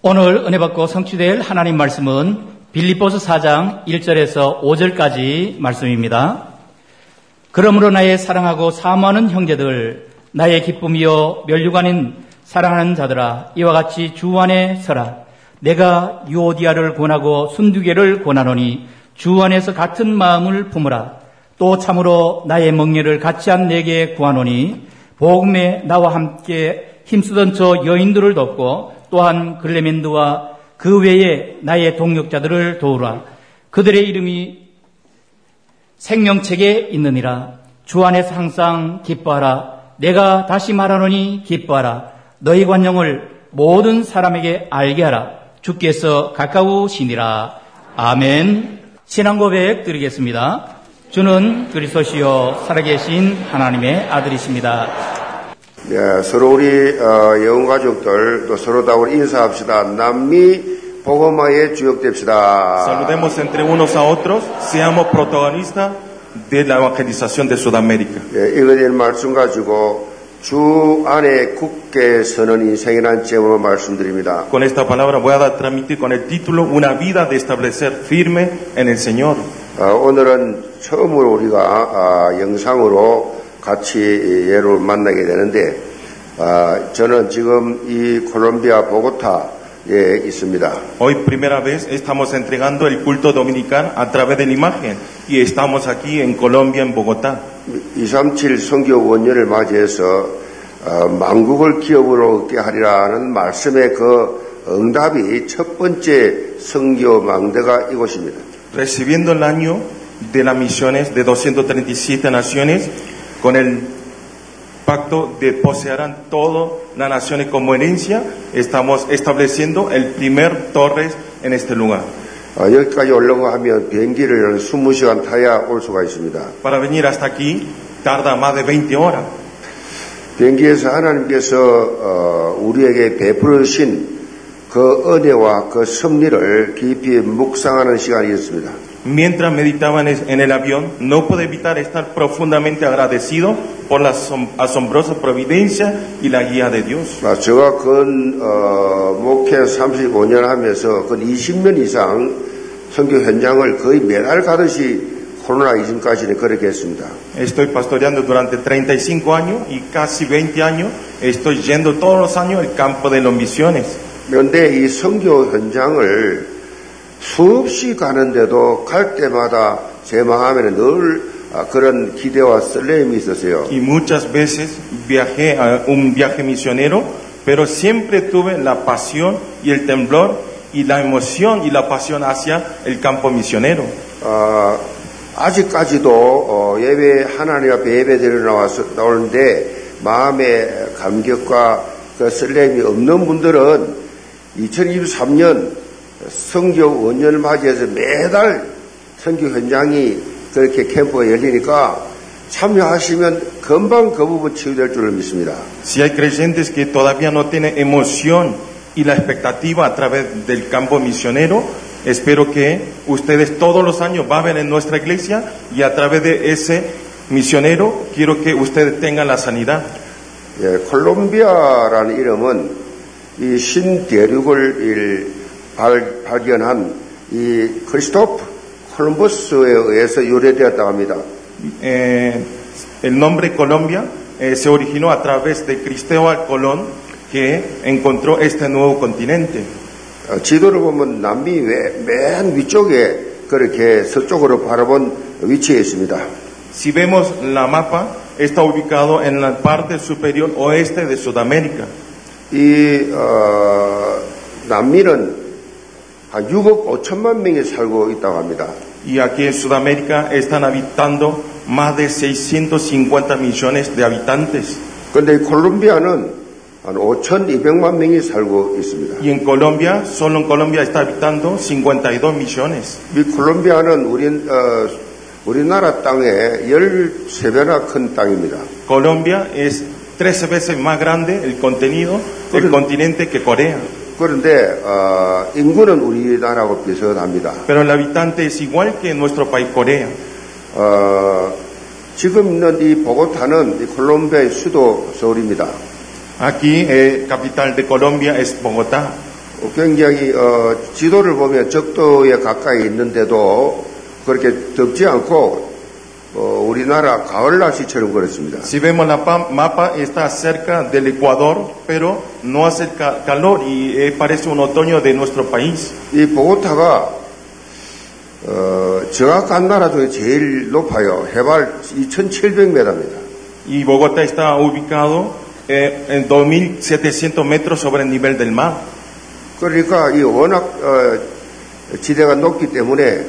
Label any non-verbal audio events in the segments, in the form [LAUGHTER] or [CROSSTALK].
오늘 은혜 받고 성취될 하나님 말씀은 빌립보스 4장 1절에서 5절까지 말씀입니다. 그러므로 나의 사랑하고 사모하는 형제들, 나의 기쁨이요 멸류관인 사랑하는 자들아, 이와 같이 주 안에 서라. 내가 유오디아를 권하고 순두개를 권하노니 주 안에서 같은 마음을 품으라. 또 참으로 나의 멍에를 같이 한 내게 구하노니 복음에 나와 함께 힘쓰던 저 여인들을 돕고 또한 글레멘드와 그 외에 나의 동력자들을 도우라. 그들의 이름이 생명책에 있느니라. 주 안에서 항상 기뻐하라. 내가 다시 말하노니 기뻐하라. 너희 관용을 모든 사람에게 알게 하라. 주께서 가까우시니라. 아멘. 신앙 고백 드리겠습니다. 주는 그리스도시요 살아계신 하나님의 아들이십니다. 예, 서로 우리 어, 영혼 가족들 또 서로다우로 인사합시다. 남미 복음화의 주역됩시다. Saludemos entre unos a otros, seamos protagonistas de la evangelización de Sudamérica. 예, 읽어질 말씀 가지고 주 안에 굳게 서는 인생이란 제목을 말씀드립니다. Con esta palabra voy a dar- transmitir con el título Una vida de establecer firme en el Señor. 어, 오늘은 처음으로 우리가 아, 영상으로 같이 이 예를 만나게 되는데 아, 저는 지금 이 콜롬비아 보고타에 있습니다. Hoy primera vez estamos entregando el culto dominical a través de la imagen y estamos aquí en Colombia, en Bogotá. 237 성교 원년을 맞이해서 어, 만국을 기업으로 얻게 하리라는 말씀의 그 응답이 첫 번째 성교 망대가 이곳입니다. Recibiendo el año de las misiones de 237 naciones con el pacto de poseerán todas las naciones como herencia, estamos estableciendo el primer torres en este lugar. 어, 여기까지 오려고 하면 비행기를 20시간 타야 올 수가 있습니다. Para venir hasta aquí tarda más de 20 horas. 비행기에서 하나님께서 어, 우리에게 베풀으신 그 은혜와 그 섭리를 깊이 묵상하는 시간이었습니다. Mientras meditaba en es- en el avión, no pude evitar estar profundamente agradecido por la asom- asombrosa providencia y la guía de Dios. 아, 제가 근 어, 목회 35년 하면서 근 20년 이상 선교 현장을 거의 매달 가듯이 코로나 이전까지는 그렇게 했습니다. Estoy pastoreando durante 35 años y casi 20 años estoy yendo todos los años al campo de las misiones. 그런데 이 선교 현장을 수없이 가는데도 갈 때마다 제 마음에는 늘 아, 그런 기대와 설렘이 있었어요. Y muchas veces viajé a un viaje misionero, pero siempre tuve la pasión y el temblor y la emoción y la pasión hacia el campo misionero. 아, 아직까지도 어, 예배 하나님 앞에 예배드리러 나와서 나오는데 마음의 감격과 그 설렘이 없는 분들은 2023년 성교 원년을 맞이해서 매달 선교 현장이 그렇게 캠프가 열리니까 참여하시면 금방 그 부분 치유될 줄을 믿습니다. Si hay creyentes que todavía no tienen emoción y la expectativa a través del campo misionero, espero que ustedes todos los años vayan en nuestra iglesia y a través de ese misionero quiero que ustedes tengan la sanidad. 예, 콜롬비아라는 이름은 이 신대륙을 일- 발, 발견한 이 크리스토프 콜럼버스에 의해서 유래되었다고 합니다. Eh, el nombre Colombia eh, se originó a través de Cristóbal Colón que encontró este nuevo continente. 어, 지도를 보면 남미 외- 맨 위쪽에 그렇게 서쪽으로 바라본 위치에 있습니다. Si vemos la mapa, está ubicado en la parte superior oeste de Sudamérica. 이 어, 남미는 한 6억 5천만 명이 살고 있다고 합니다. Y aquí en Sudamérica están habitando más de 650 millones de habitantes. 그런데 이 콜롬비아는 한 5,200만 명이 살고 있습니다. Y en Colombia, solo en Colombia está habitando 52 millones. 이 콜롬비아는 우리, 어, 우리나라 땅의 13배나 큰 땅입니다. Colombia es 13 veces más grande el contenido Correcto. del continente que Corea. 그런데 어, 인구는 우리나라하고 비슷합니다. Pero el habitante es igual que en nuestro país Corea. 어, 지금 있는 이 보고타는 이 콜롬비아의 수도 서울입니다. Aquí, eh, capital de Colombia es Bogotá. 굉장히 어, 지도를 보면 적도에 가까이 있는데도 그렇게 덥지 않고 어, 우리나라 가을 날씨처럼 그렇습니다. Si vemos la pa- mapa, está cerca del Ecuador, pero no hace ca- calor y eh, parece un otoño de nuestro país. 이 보고타가 어, 정확한 나라 중에 제일 높아요. 해발 2,700m입니다. Y Bogotá está ubicado eh, en 2.700 metros sobre el nivel del mar. 그러니까 이 워낙 어, 지대가 높기 때문에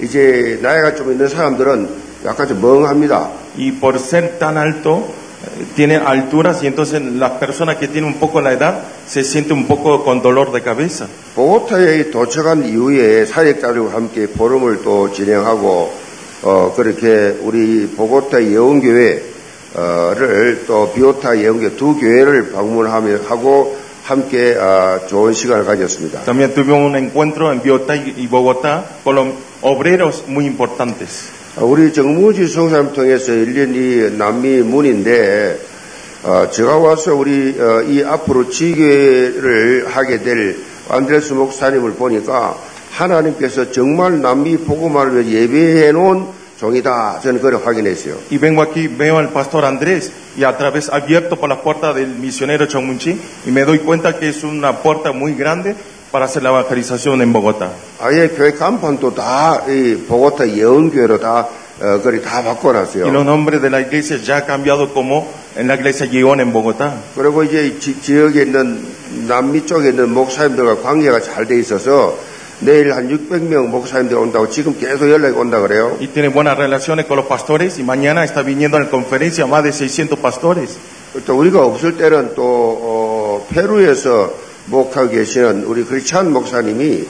이제 나이가 좀 있는 사람들은 약간 좀 멍합니다. Y por ser tan alto, eh, tiene alturas y entonces las personas que tienen un poco la edad se sienten un poco con dolor de cabeza. 보고타에 도착한 이후에 사역자들과 함께 포럼을 또 진행하고 어, 그렇게 우리 보고타 예언교회를 또 비오타 예언교회 두 교회를 방문하며 하고 함께 아, 좋은 시간을 가졌습니다. También tuve un encuentro en Biotá y y Bogotá con los obreros muy importantes. 아, 우리 정무지 성사님 통해서 열린 이 남미 문인데 어, 제가 와서 우리 어, 이 앞으로 지교를 하게 될 안드레스 목사님을 보니까 하나님께서 정말 남미 복음화를 위해 예배해 놓은 종이다 저는 그걸 확인했어요. Y vengo aquí, veo al pastor Andrés y a través abierto por la puerta del misionero Chomunchi y me doy cuenta que es una puerta muy grande para hacer la evangelización en Bogotá. 아예 교회 간판도 다 이 보고타 예언교회로 다 어, 그리 다 Y los 바꿔놨어요. nombres de la iglesia ya ha cambiado como en la iglesia Guión en Bogotá. 그리고 이제 이 지, 지역에 있는 남미 쪽에 있는 목사님들과 관계가 잘 돼 있어서 내일 한 600명 목사님들 온다고 지금 계속 연락이 온다 그래요. Y tiene buenas relaciones con los pastores y mañana está viniendo a la conferencia más de 600 pastores. 또 우리가 없을 때는 또 어, 페루에서 목하고 계시는 우리 크리스찬 목사님이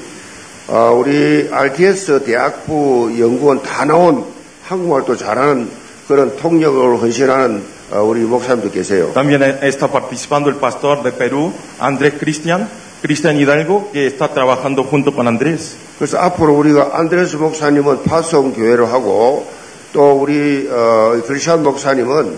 어, 우리 RTS 대학부 연구원 다 나온 한국말 또 잘하는 그런 통역을 헌신하는 어, 우리 목사님도 계세요. También está participando el pastor de Perú, Andrés Cristian, Cristian Hidalgo, que está trabajando junto con Andrés. 그래서 앞으로 우리가 안드레스 목사님은 파송 교회로 하고 또 우리 어, 크리스찬 목사님은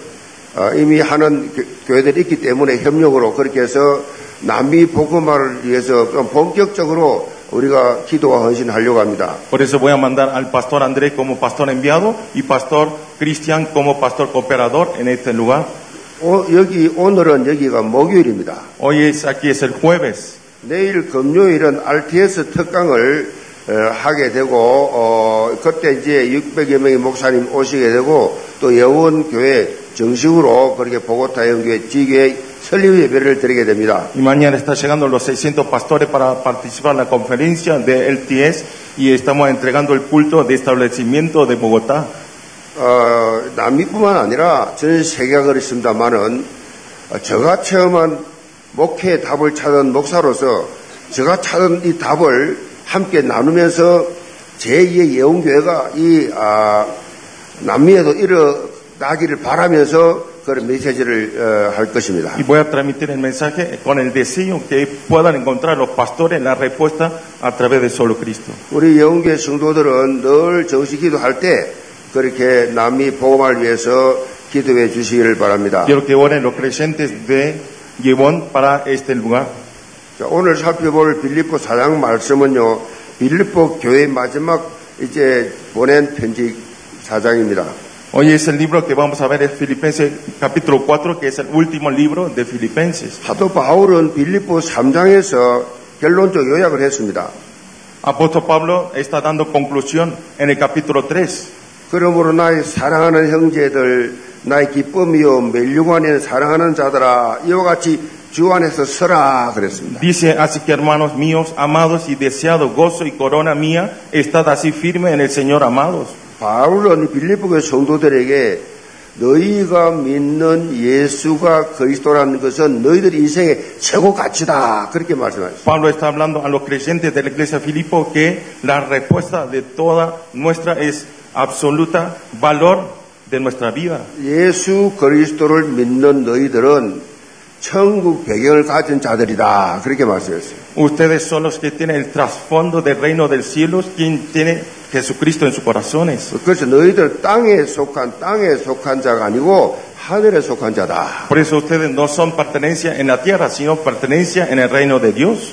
어, 이미 하는 교- 교회들이 있기 때문에 협력으로 그렇게 해서 남미 복음화를 위해서 좀 본격적으로 우리가 기도와 헌신하려고 합니다. Por eso voy a mandar al pastor Andrés como pastor enviado y pastor Cristian como pastor cooperador en este lugar. 오, 여기 오늘은 여기가 목요일입니다. Hoy es aquí es el jueves. 내일 금요일은 RTS 특강을 어, 하게 되고 어, 그때 이제 600여 명의 목사님 오시게 되고 또 여원교회 정식으로 그렇게 보고타 여원교회 지교회 설립 예배를 드리게 됩니다. Y mañana está llegando los 600 pastores para participar en la conferencia de LTS y estamos entregando el culto de establecimiento de Bogotá. 어, 남미뿐만 아니라 전 세계가 그렇습니다만은 제가 체험한 목회의 답을 찾은 목사로서 제가 찾은 이 답을 함께 나누면서 제2의 예언교회가 이 아, 남미에도 일어나기를 바라면서 그런 메시지를 어, 할 것입니다. Y voy a transmitir el mensaje con el deseo que puedan encontrar los pastores la respuesta a través de solo Cristo. 우리 영계 성도들은 늘 정식 기도할 때 그렇게 남미 복음을 위해서 기도해 주시기를 바랍니다. Quiero que oren los creyentes de Gibón para este lugar. 자, 오늘 살펴볼 빌립보 사장 말씀은요, 빌립보 교회 마지막 이제 보낸 편지 사장입니다. Hoy es el libro que vamos a ver, es Filipenses capítulo 4, que es el último libro de Filipenses. 사도 바울은 빌립보 3장에서 결론적 요약을 했습니다. Apóstol Pablo está dando conclusión en el capítulo 3. 그러므로 나의 사랑하는 형제들, 나의 기쁨이요, 멸류관인 사랑하는 자들아, 이와 같이 주 안에서 서라 그랬습니다. Dice, así que hermanos míos, amados y deseados, gozo y corona mía, estad así firme en el Señor, amados. 바울은 빌립보 교회 성도들에게 너희가 믿는 예수가 그리스도라는 것은 너희들 인생의 최고 가치다 그렇게 말씀하셨습니다. Pablo está hablando a los creyentes de la iglesia de Filipo que la respuesta de toda nuestra es absoluta valor de nuestra vida. 예수 그리스도를 믿는 너희들은 천국 배경을 가진 자들이다. 그렇게 말씀했어요. Ustedes son los que tienen el trasfondo del reino del cielo, quien tiene Jesucristo en sus corazones. 그래서 너희들 땅에 속한 땅에 속한 자가 아니고 하늘에 속한 자다. Por eso ustedes no son pertenencia en la tierra, sino pertenencia en el reino de Dios.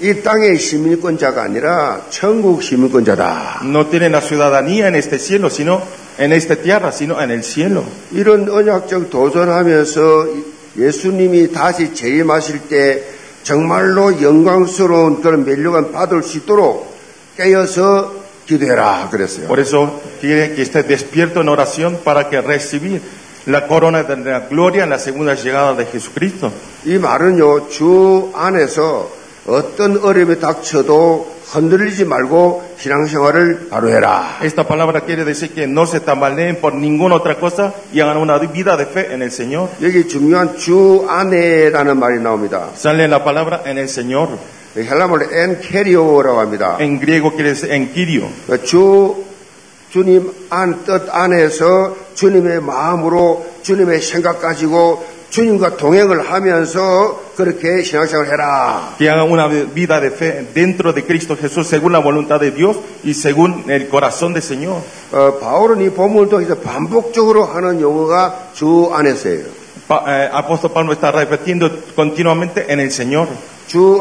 이 땅의 시민권자가 아니라 천국 시민권자다. No tiene la ciudadanía en este cielo, sino en esta tierra, sino en el cielo. 이런 언약적 도전하면서 예수님이 다시 재림하실 때 정말로 영광스러운 그런 멸류관 받을 수 있도록 깨어서 기도해라 그랬어요. Por eso quiere que esté despierto en oración para que recibir la corona de la gloria en la segunda llegada de Jesucristo. 이 말은요 주 안에서 어떤 어려움이 닥쳐도 흔들리지 말고 신앙생활을 바로 해라. Esta palabra quiere decir que no se tambaleen por ninguna otra cosa y hagan una vida de fe en el Señor. 여기 중요한 주 안에라는 말이 나옵니다. Sale la palabra en el Señor. 헬라말로 엔케리오라고 합니다. En griego quiere decir en Kirio. 주 주님 안 뜻 안에서 주님의 마음으로 주님의 생각 가지고 주님과 동행을 하면서 그렇게 신앙생활 해라. Que hagan una vida de fe dentro de Cristo Jesús según la voluntad de Dios y según el corazón del Señor. 어, 바울은 이 본문을 통해서 반복적으로 하는 용어가 주 안에서예요. Pa- eh, apóstol Pablo está repitiendo continuamente en el Señor. 주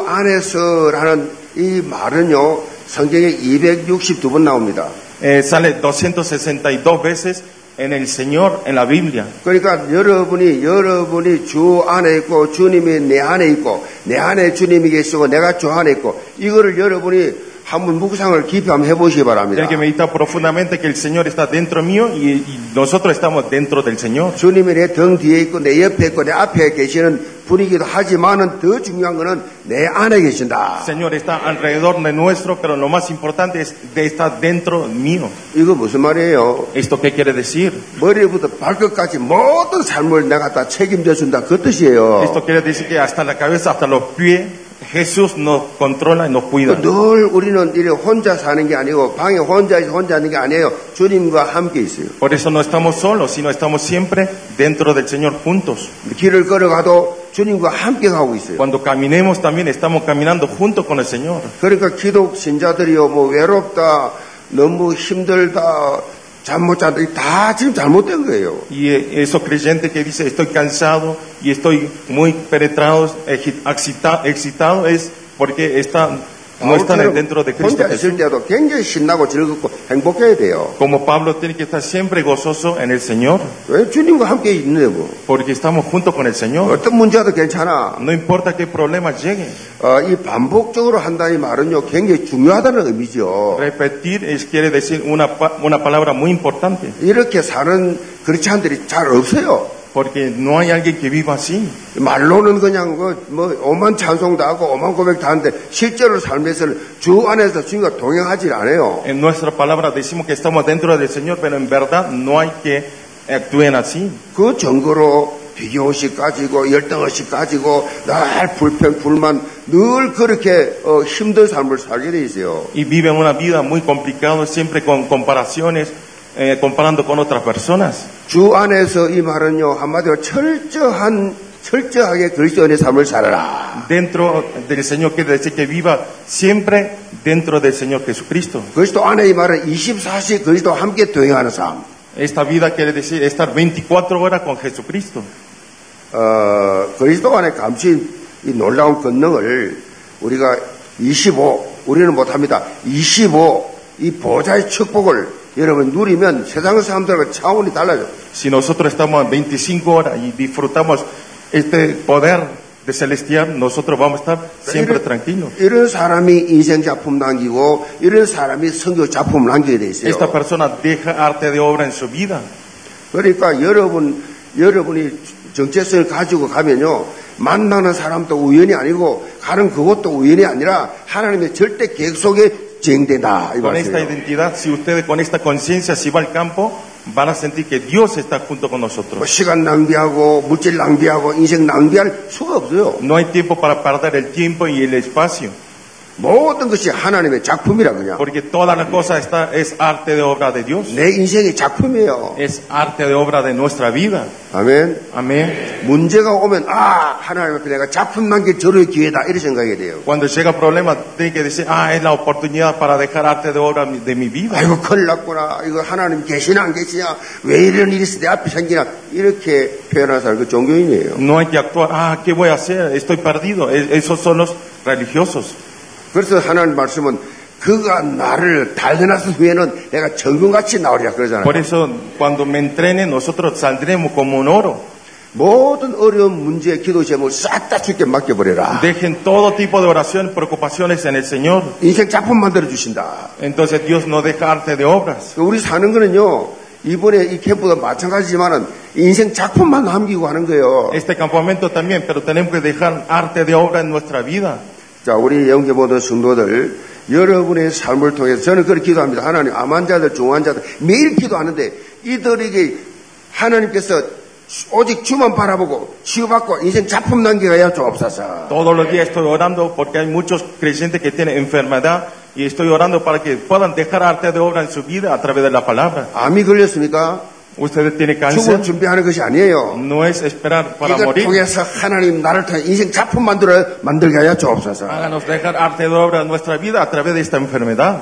안에서라는 이 말은요 성경에 262번 나옵니다. Eh, sale 262 veces en el Señor, en la Biblia. 그러니까 여러분이 여러분이 주 안에 있고 주님이 내 안에 있고 내 안에 주님이 계시고 내가 주 안에 있고 이거를 여러분이 한번 묵상을 깊이 한번 해보시기 바랍니다. Tiene que meditar profundamente que el Señor está dentro mío y, y nosotros estamos dentro del Señor. 주님이 내 등 뒤에 있고 내 옆에 있고 내 앞에 계시는 분이기도 하지만은 더 중요한 거는 내 안에 계신다. El Señor está alrededor de nuestro, pero lo más importante es de estar dentro mío. 이거 무슨 말이에요? ¿Esto qué quiere decir? 머리부터 발끝까지 모든 삶을 내가 다 책임져 준다 그 뜻이에요. Esto quiere decir que hasta la cabeza, hasta los pies, Jesús nos controla y nos cuida. 그 늘 우리는 이래 혼자 사는 게 아니고 방에 혼자 있- 혼자 있는 게 아니에요. 주님과 함께 있어요. Por eso no estamos solos, sino estamos siempre dentro del Señor juntos. 길을 걸어가도 주님과 함께 가고 있어요. Cuando caminemos también estamos caminando junto con el Señor. 그러니까 기독 신자들이요, 뭐 외롭다, 너무 힘들다, 잠 못 잔다, 이다 지금 잘못된 거예요. Y eh, esos creyentes que dicen estoy cansado y estoy muy penetrado, egi- excita- excitado, es porque están- no están dentro de Cristo 혼자 Jesús. 있을 때도 굉장히 신나고 즐겁고 행복해야 돼요. Como Pablo tiene que estar siempre gozoso en el Señor, 왜 주님과 함께 있는데 뭐 porque estamos junto con el Señor. 어떤 문제도 괜찮아. No importa qué problemas lleguen. 어, 이 반복적으로 한다는 말은요, 굉장히 중요하다는 의미죠. Repetir es, quiere decir una, pa- una palabra muy importante, 이렇게 사는 그리스도인들이 잘 없어요. porque no hay alguien que viva así. 말로는 그냥 그, 뭐 오만 찬송도 하고 오만 고백도 하는데 실제로 삶에서는 주 안에서 주님과 동행하지 않아요. En nuestra palabra decimos que estamos dentro del Señor, pero en verdad no hay que actúen así. 그 증거로 비교의식 가지고 열등의식 가지고 늘 불평 불만 늘 그렇게 어, 힘든 삶을 살게 돼 있어요. Y viven una vida muy complicada, siempre con comparaciones, eh, comparando con otras personas. 주 안에서 이 말은요 한마디로 철저한 철저하게 그리스도인의 삶을 살아라. Dentro del Señor quiere decir que viva siempre dentro del Señor Jesucristo. 그리스도 안에 이 말은 24시 그리스도와 함께 동행하는 삶. Esta vida quiere decir estar 24 horas con Jesucristo. 어, 그리스도 안에 감춘 이 놀라운 권능을 우리가 25, 우리는 못합니다. 25, 이 보좌의 축복을 여러분 누리면 세상 사람들과 차원이 달라져요. 그러니까 Si nosotros estamos a 25 horas y disfrutamos este poder de celestial, nosotros vamos a estar siempre tranquilos. 이런 사람이 인생 작품 남기고, 이런 사람이 성교 작품을 남기게 돼 있어요. Esta persona deja arte de obra en su vida. 그러니까 여러분, 여러분이 정체성을 가지고 가면요, 만나는 사람도 우연이 아니고, 가는 그것도 우연이 아니라, 하나님의 절대 계획 속에 진행된다. 이 Con esta 말씀이에요. identidad, si ustedes con esta conciencia, si va al campo, van a sentir que Dios está junto con 뭐 nosotros. 시간 낭비하고 물질 낭비하고 인생 낭비할 수가 없어요. No hay tiempo para perder el tiempo y el espacio, 모든 것이 하나님의 작품이라 그냥. porque toda la cosa está, es arte de obra de Dios, 내 인생의 작품이에요. es arte de obra de nuestra vida. 아멘. Amén. 문제가 오면 아 하나님 앞에 내가 작품 남길 저의 기회다 이렇게 생각이 돼요. Cuando llega problema, tiene que decir, ah, es la oportunidad para dejar arte de obra de mi vida. 아이고 큰일 났구나. 이거 하나님 계시나 안 계시냐. 왜 이런 일이 내 앞에 생기나. 이렇게 표현하는 사람이 그 종교인이에요. No hay que actuar, ah, ¿qué voy a hacer? Estoy perdido. Es- Esos son los religiosos. 그래서 하나님 말씀은 그가 나를 달려났은 후에는 내가 정금같이 나오리라 그러잖아요. Por eso, cuando me entrene, nosotros saldremos como un oro. 모든 어려운 문제의 기도 제목을 싹 다 주께 맡겨버려라. Dejen todo tipo de oraciones, preocupaciones en el Señor. 인생 작품 만들어 주신다. Entonces Dios no deja arte de obras. 우리 사는 거는요. 이번에 이 캠프도 마찬가지지만은 인생 작품만 남기고 하는 거예요. Este campamento también, pero tenemos que dejar arte de obra en nuestra vida. 자, 우리 영계 모든 성도들 여러분의 삶을 통해서 저는 그렇게 기도합니다. 하나님 암환자들, 중환자들 매일 기도하는데 이들에게 하나님께서 오직 주만 바라보고 치유받고 인생 작품 남기가야 조옵소서. Todos los días estoy orando porque hay muchos creyentes que tienen enfermedad y estoy orando para que puedan dejar arte de obra en su vida a través de la palabra. 암이 걸렸습니까? Ustedes tienen 죽을 cáncer, 준비하는 것이 아니에요. no es esperar para 이걸 morir. 통해서 하나님 나를 통해 인생 작품 만들어 만들게 하여 주옵소서. Háganos dejar arte de obra en nuestra vida a través de esta enfermedad.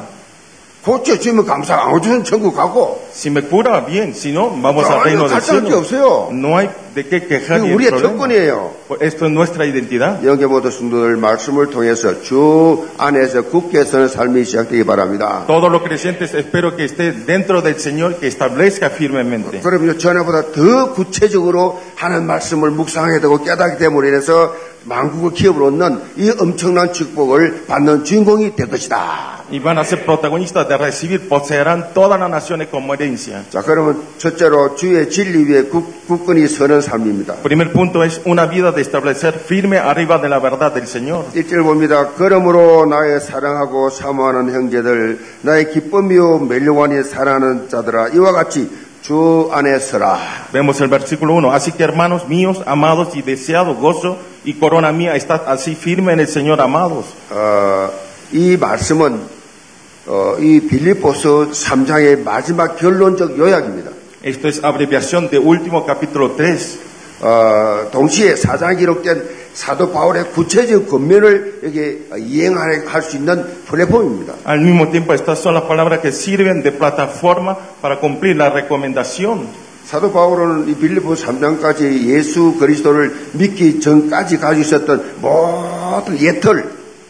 고쳐 주면 감사, 안 고쳐주면 천국 가고. Si me cura, bien, si no, vamos al 아니, reino del 갈등할 게 cielo. 없어요. No hay de qué 그게 quejar ni 우리의 problema. 조건이에요. Esto es nuestra identidad. 영계 모든 성도들 말씀을 통해서 주 안에서 굳게 서는 삶이 시작되기 바랍니다. Todos los creyentes espero que esté dentro del Señor que establezca firmemente. 그럼요, 전에보다 더 구체적으로 하는 말씀을 묵상하게 되고 깨닫기 때문에 인해서 만국을 기업을 얻는 이 엄청난 축복을 받는 주인공이 될 것이다. Y van a ser protagonistas de recibir, poseerán todas las naciones como herencia. 자, 그러면 첫째로 주의 진리 위에 굳, 굳건히 서는 삶입니다. Primer punto es una vida de establecer firme arriba de la verdad del Señor. 일절 봅니다. 그러므로 나의 사랑하고 사모하는 형제들, 나의 기쁨이요 멸류관이 사랑하는 자들아, 이와 같이 주 안에 서라. Vemos el versículo 1. Así que hermanos míos, amados y deseado gozo y corona mía, estad así firme en el Señor, amados. 어, 이 말씀은 어, 이 빌립보서 3장의 마지막 결론적 요약입니다. Esto es abreviación de último capítulo 3. 어, 동시에 4장 기록된 사도 바울의 구체적 권면을 여기 이행할 수 있는 플랫폼입니다. Al mismo tiempo, estas son las palabras que sirven de plataforma para cumplir la recomendación. 사도 바울은 이 빌립보서 3장까지 예수 그리스도를 믿기 전까지 가지고 있었던 모든 예털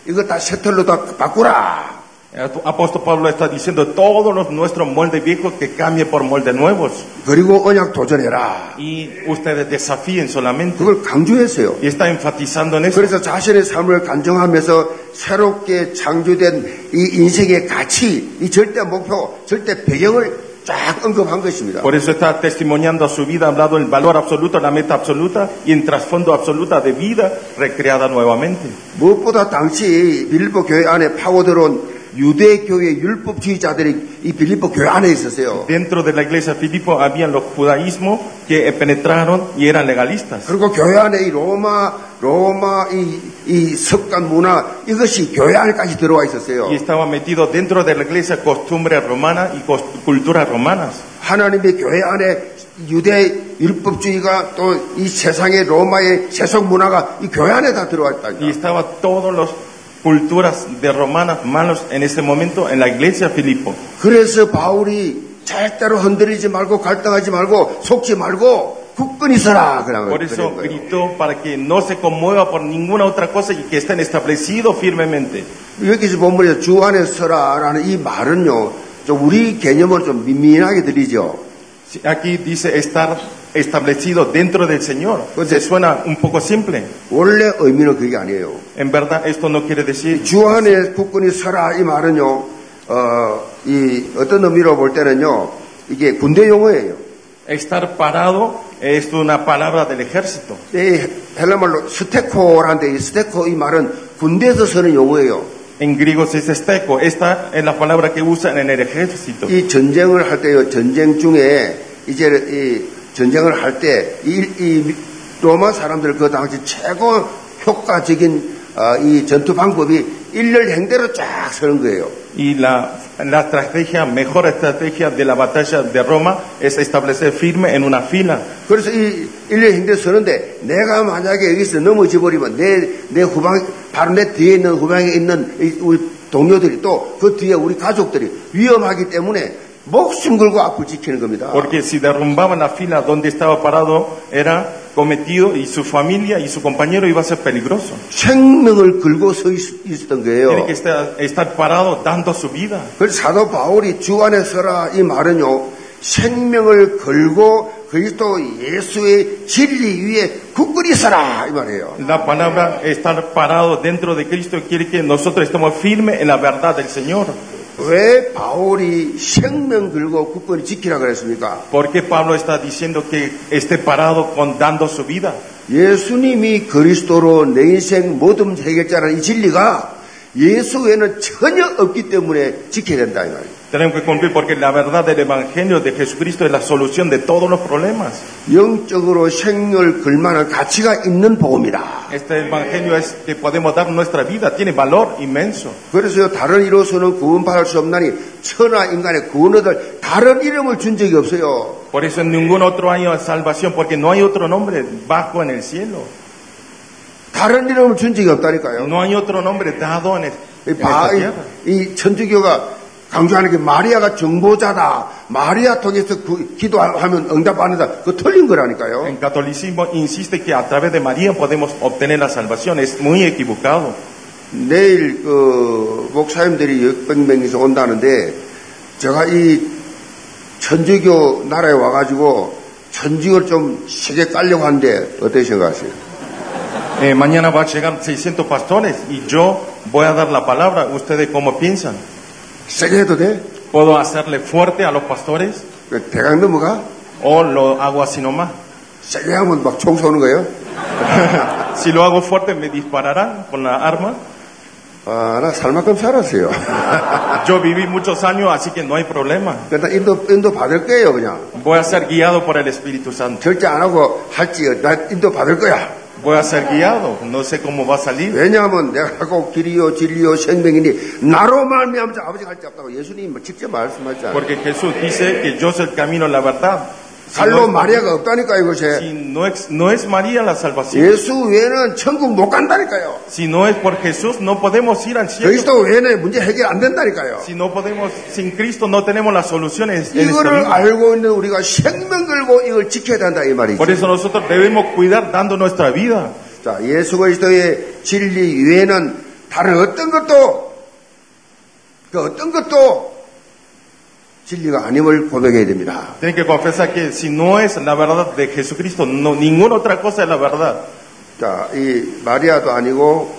이거 다 새털로 다 바꾸라. El apóstol Pablo está diciendo todos los nuestros moldes viejos que cambien por moldes nuevos. 그리고 언약 도전해라. Y ustedes desafíen solamente. 그걸 강조했어요. Y está enfatizando en eso. 그래서 자신의 삶을 간증하면서 새롭게 창조된 이 인생의 가치, 이 절대 목표, 절대 배경을 쫙 언급한 것입니다. Por eso está testimoniando a su vida, hablado el valor absoluto, la meta absoluta y el trasfondo absoluta de vida recreada nuevamente. 무엇보다 당시 빌립보 교회 안에 파고들어온 유대 교회 율법주의자들이 이 빌립보 교회 안에 있었어요. Dentro de la iglesia de Filipo habían los judaísmos que penetraron y eran legalistas. 그리고 교회 안에 이 로마, 로마 이, 이 습관 문화 이것이 교회 안까지 들어와 있었어요. Y estaba metido dentro de la iglesia costumbre romana y cos- culturas romanas. 하나님의 교회 안에 유대 율법주의가 또 이 세상의 로마의 세속 문화가 이 교회 안에 다 들어왔다니까. Y estaba todas las culturas de romanas malos en ese momento en la iglesia de Filipo. 그래서 바울이 절대로 흔들리지 말고 갈등하지 말고 속지 말고 굳건히 서라 그냥 Por 그런 eso 거예요. gritó para que no se conmueva por ninguna otra cosa y que estén establecidos firmemente. 여기서 본문에 주 안에 서라라는 이 말은요. 좀 우리 개념은 좀 민민하게 들리죠. Sí, Aquí dice estar establecido dentro del Señor. Pues Se es- suena un poco simple. 원래 의미는 그게 아니에요. En verdad esto no quiere decir 주 안에 굳건히 서라 이 말은요. 어, 이 어떤 의미로 볼 때는요. 이게 군대 용어예요. estar parado es una palabra del ejército. 이 네, 헬라말로 스테코라는데 이 스테코 이 말은 군대에서 쓰는 용어예요. En griego se dice esteco. Esta es la palabra que usan en el ejército. 이 전쟁을 할 때요 전쟁 중에 이제 이 전쟁을 할 때 이 로마 사람들 그 당시 최고 효과적인 아, 이 전투 방법이 일렬 행대로 쫙 서는 거예요. Y la, la estrategia, mejor estrategia de la batalla de Roma es establecer firme en una fila. 그래서 이 일렬 행대로 서는데 내가 만약에 여기서 넘어지 버리면 내 내 후방 바로 내 뒤에 있는 후방에 있는 이 우리 동료들이 또 그 뒤에 우리 가족들이 위험하기 때문에 목숨 걸고 앞을 지키는 겁니다. Porque si derrumbaban la fila donde estaba parado, era cometido y su familia y su compañero iba a ser peligroso. 생명을 걸고 서 있, 있었던 Tiene 거예요. que estar, estar parado dando su vida. 그래서 사도 바울이 주 안에 서라 이 말은요. 생명을 걸고 그리스도 예수의 진리 위에 굳건히 서라 이 말이에요. La palabra estar parado dentro de Cristo quiere que nosotros estemos firmes en la verdad del Señor. 왜 바울이 생명 걸고 굳건히 지키라 그랬습니까? Porque Pablo está diciendo que esté parado con dando su vida. 예수님이 그리스도로 내 인생 모든 해결자라는 이 진리가 예수 외에는 전혀 없기 때문에 지켜야 된다 이 말이에요. Tenemos que cumplir porque la verdad del Evangelio de Jesucristo es la solución de todos los problemas. 영적으로 생을 걸만한 가치가 있는 복음이다. Este Evangelio es que podemos dar nuestra vida, tiene valor inmenso. 그래서요, 다른 이로서는 구원받을 수 없나니 천하 인간의 구원 얻을 다른 이름을 준 적이 없어요. Por eso en ningún otro año salvación, porque no hay otro nombre bajo en el cielo. 다른 이름을 준 적이 없다니까요. No hay otro nombre dado en, el- 이, en 바, esta 이, tierra. 이 천주교가 강조하는 게 마리아가 정보자다. 마리아 통해서 구- 기도하면 응답받는다. 그거 틀린 거라니까요. En catolicismo insiste que a través de María podemos obtener la salvación. Es muy equivocado. 내일 그 목사님들이 600명이서 온다는데 제가 이 천주교 나라에 와가지고 천주교를 좀 세게 깔려고 하는데 어떻게 생각하세요? Eh, mañana va a llegar 600 pastores y yo voy a dar la palabra. ¿Ustedes cómo piensan? 세게 해도 돼? ¿Puedo hacerle fuerte a los pastores 그 대강 넘어가? o lo hago así nomás? 세게 하면 막 총 쏘는 거예요? Si lo hago fuerte me dispararán con la arma. 아, 나 살만큼 살았어요. [LAUGHS] Yo viví muchos años, así que no hay problema. 그러니까 인도, 인도 받을 거예요, 그냥. Voy a ser guiado por el Espíritu Santo. 절제 안 하고 할지, 나 인도 받을 거야. Voy a ser guiado. No sé cómo va a salir. 왜냐하면 내가 꼭 길이요, 진리요, 생명이니 나로 말미암아 아버지 갈 데 없다고 예수님이 직접 말씀하셨잖아요. Porque Jesús dice que yo soy el camino, la verdad. Si 갈로 no, 마리아가 없다니까 이것에 si no es, no es María la salvación. 예수 외에는 천국 못 간다니까요. Si no es por Jesús, no podemos ir al cielo. 그리스도 외에는 문제 해결 안 된다니까요. Si no podemos, sin Cristo no tenemos las soluciones. en este esta 이거를 vida. 알고 있는 우리가 생명 걸고 이걸 지켜야 된다 이 말이죠. Por eso nosotros debemos cuidar dando nuestra vida. 자, 예수 그리스도의 진리 외에는 다른 어떤 것도 그 어떤 것도 진리가 아님을 고백해야 됩니다. Tienen que confesar que si no es la verdad de Jesucristo, no, ninguna otra cosa es la verdad. 자, 이 마리아도 아니고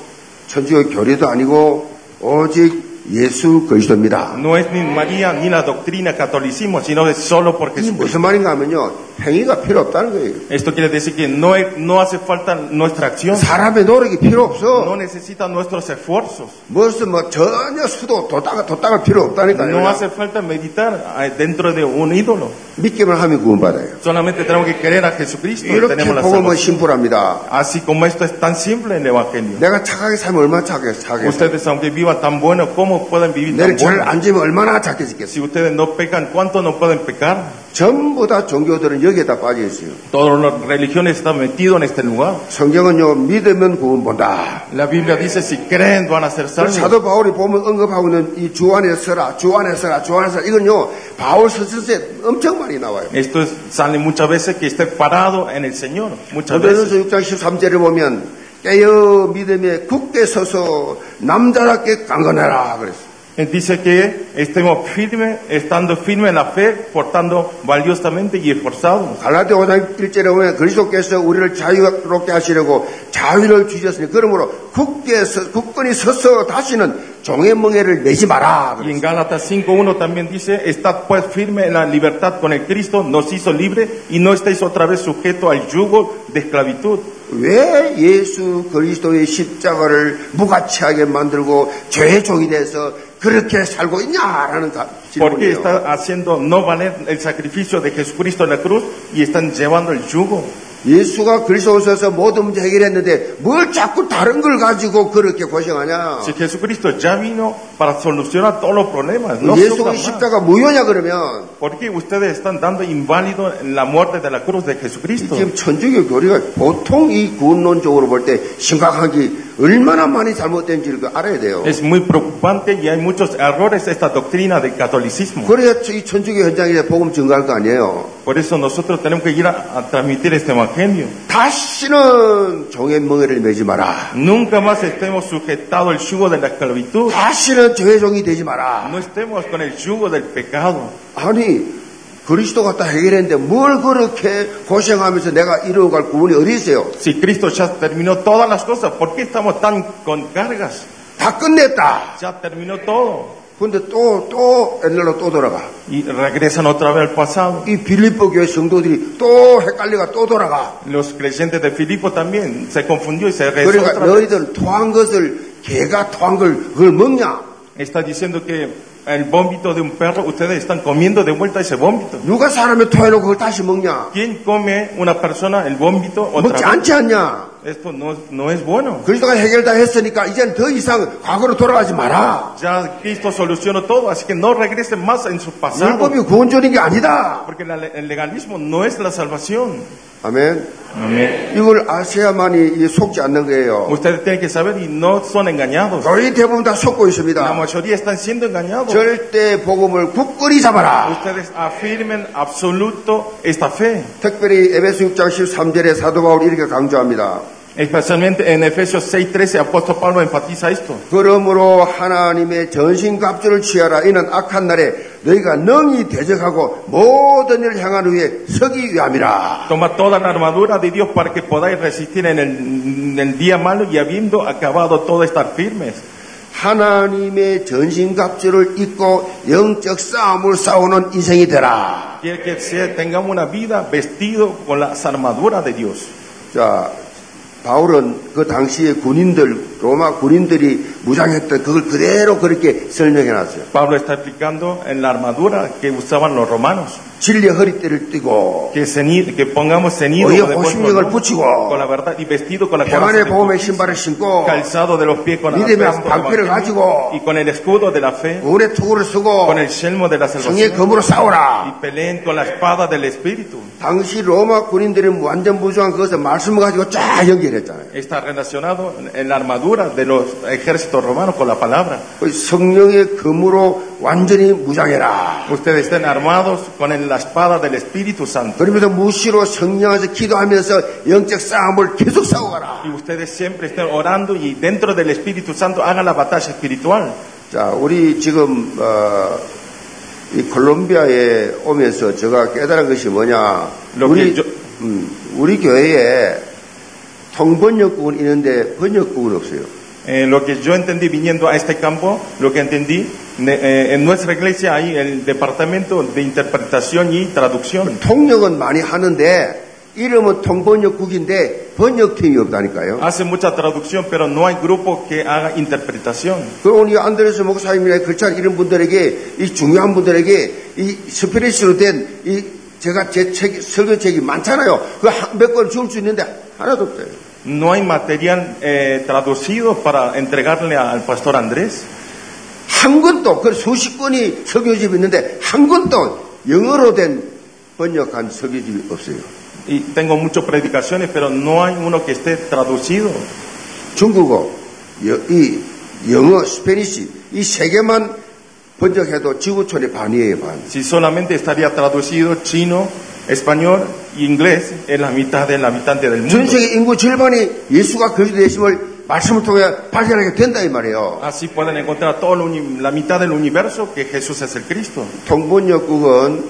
천주교 교리도 아니고 오직 예수 그리스도입니다. No es ni María ni la doctrina catolicismo, sino es solo por 이 Jesús. 무슨 말인가 하면요, 행위가 필요 없다는 거예요. Esto quiere decir que no, es- no hace falta nuestra acción, 사람의 노력이 필요 no 없어. necesita nuestros esfuerzos, 무슨 뭐 전혀 수도 도닥 도닥을 필요 no 없다니까요. hace falta meditar ah, dentro de un ídolo. 믿기만 하면 구원받아요. Solamente tenemos que querer a Jesucristo y 이렇게 tenemos la 복음은 salvación. 심플합니다. Así como esto es tan simple en el Evangelio. 내가 착하게 살면 얼마나 착하게 살겠어. Ustedes, aunque vivan tan bueno, ¿cómo pueden vivir tan 내를 잘 bueno? 안 지면 얼마나 착해 지겠어. Si ustedes no pecan, ¿cuánto no pueden pecar? 전부 다 종교들은 여기에다 빠져 있어요. Todas las religiones están metidas en este lugar. 성경은요, 믿으면 구원 본다. La Biblia dice, si creen van a ser 그래서 salvos. 사도 바울이 보면 언급하고 있는 이 주 안에 서라, 주 안에 서라, 주 안에 서라. 이건요, 바울 서신서에 엄청 많이 나와요. Esto es- sale muchas veces que esté parado en el Señor. Muchas veces. 고린도전서 6장 13절을 보면 깨어 믿음에 굳게 서서 남자답게 강건해라 그랬어. Él Eh, dice que estemos firmes, estando firmes en la fe, portando valiosamente y esforzados. 갈라디아 5장 1절에 보면 그리스도께서 우리를 자유롭게 하시려고 자유를 주셨으니 그러므로 굳게 서, 굳건히 서서 다시는 종의 멍에를 내지 마라. Y 그랬어. en Gálatas 5.1 también dice, estad pues firme en la libertad con el Cristo, nos hizo libre y no estéis otra vez sujeto al yugo de esclavitud. 왜 예수 그리스도의 십자가를 무가치하게 만들고 죄의 종이 돼서 그렇게 살고 있냐라는 가- ¿Por qué 질문이에요. está haciendo no valer el sacrificio de Jesucristo en la cruz y están llevando el yugo? 예수가 그리스도 오셔서 모든 문제 해결했는데 뭘 자꾸 다른 걸 가지고 그렇게 고생하냐? Si Jesucristo ya vino para solucionar todos los problemas, no sufran 예수의 más. 십자가 무효냐 그러면 ¿Por qué ustedes están dando inválido la muerte de la 어. cruz de Jesucristo? 지금 천주교 교리가 보통 이 구원론적으로 볼 때 심각하게 얼마나 많이 잘못된지를 그 알아야 돼요. Es muy preocupante y hay muchos errores esta doctrina del catolicismo. 그래야 이 천주교 현장에서 복음 증거할 거 아니에요. Por eso nosotros tenemos que ir a, a transmitir este evangelio. 다시는 종의 멍에를 매지 마라. Nunca más estemos sujetados al yugo de la esclavitud. 다시는 죄종이 되지 마라. No estemos con el yugo del pecado. 아니 그리스도가 다 해결했는데 뭘 그렇게 고생하면서 내가 이루어갈 구원이 어디 있어요? Si Cristo ya terminó todas las cosas, ¿por qué estamos tan con cargas? 다 끝냈다. Ya terminó todo. 근데 또, 또, 옛날로 또 돌아가. Y regresan otra vez al pasado. 이 빌립보 교회 성도들이 또 헷갈려가 또 돌아가. Los creyentes de Filipo también se confundió y se regresó 그러니까 otra vez. 너희들 토한 것을, 개가 토한 걸, 그걸 먹냐? Está diciendo que el vómito de un perro, ustedes están comiendo de vuelta ese vómito. 누가 사람의 토해놓고 그걸 다시 먹냐? ¿Quién come una persona el vómito 먹지 otra vez? 않지 않냐? Esto no, no es bueno. 그리스도가 해결 다 했으니까 이제는 더 이상 과거로 돌아가지 마라. Ya Cristo solucionó todo, así que no regresen más en su pasado. 율법이 구원적인 게 아니다. Porque la- el legalismo no es la salvación. 아멘. 이걸 아셔야만이 이 속지 않는 거예요. Ustedes tienen que saber y no son engañados. 거의 대부분 다 속고 La 있습니다. mayoría están siendo engañados. 절대 복음을 굳건히 잡아라. Ustedes afirmen absoluto esta fe. 특별히 에베소 6장 13절에 사도 바울이 이렇게 강조합니다. Especialmente en Efesios 6:13, apóstol Pablo enfatiza esto. 그러므로 하나님의 전신갑주를 취하라. 이는 악한 날에 너희가 능히 대적하고 모든 일을 향한 후에 서기 위함이라. Toma toda la armadura de Dios para que podáis resistir en el, en el día malo y habiendo acabado todo estar firmes. 하나님의 전신갑주를 입고 영적 싸움을 싸우는 인생이 되라. Quiere que sea- tengamos una vida vestido con las armaduras de Dios. 자, 바울은 그 당시에 군인들, 로마 군인들이 무장했던 그걸 그대로 그렇게 설명해 놨어요. Pablo está explicando en la armadura que usaban los romanos. 진리의 허리띠를 띠고 Que, ceni- que pongamos cenido Oye, de buen Joshua, llegó el color, puchigo. con la verdad y vestido con la coraza 평안의 de 복음의 justicia, 신발을 신고 calzado de los pies con la 믿음의 veste del 방패를 evangelio, 가지고 y con el escudo de la fe, 구원의 투구를 쓰고 con el yelmo de la 성의 salvación 검으로 y 싸우라. peleen con la espada del espíritu. 당시 로마 군인들이 완전 무장한 그것을 말씀을 가지고 쫙 연결했잖아요. está relacionado en la armadura de los ejércitos romanos con la palabra. 그 성령의 검으로 완전히 무장해라. Ustedes estén armados con el- la espada del Espíritu Santo. 그러면서 무시로 성령에서 기도하면서 영적 싸움을 계속 싸워가라. Y ustedes siempre estén orando y dentro del Espíritu Santo hagan la batalla espiritual. 자, 우리 지금 어, 이 콜롬비아에 오면서 제가 깨달은 것이 뭐냐? 우리 저- 음, 우리 교회에 통번역국은 있는데 번역국은 없어요. Eh, lo que yo entendí viniendo a este campo, lo que entendí, ne- eh, en nuestra iglesia hay el departamento de interpretación y traducción. 통역은 많이 하는데 이름은 통번역국인데 번역팀이 없다니까요. Hace mucha traducción, pero no hay grupo que 하가 interpretación. 그리고 우리 안드레스 목사님이나 글찬 이런 분들에게 이 중요한 분들에게 이 스피릿으로 된 이 제가 제 책, 설교책이 많잖아요. 그 몇 권 줄 수 있는데 하나도 없어요. No hay material eh, traducido para entregarle a- al pastor Andrés. 한 권도 그 수십 권이 석유집이 있는데 한 권도 영어로 된 번역한 석유집이 없어요. Y tengo muchas predicaciones, pero no hay uno que esté traducido. 중국어, 여- 이 영어, 스페니시 이 세 개만 번역해도 지구촌의 반이에요, 반. Si solamente estaría traducido chino, español e inglés, es la mitad del habitante del 전 mundo. 세계 인구 절반이 예수가 그리스도 되심을 말씀을 통해 발견하게 된다 이 말이에요. Así pueden encontrar todo el uni- la mitad del universo que Jesús es el Cristo. 동번역국은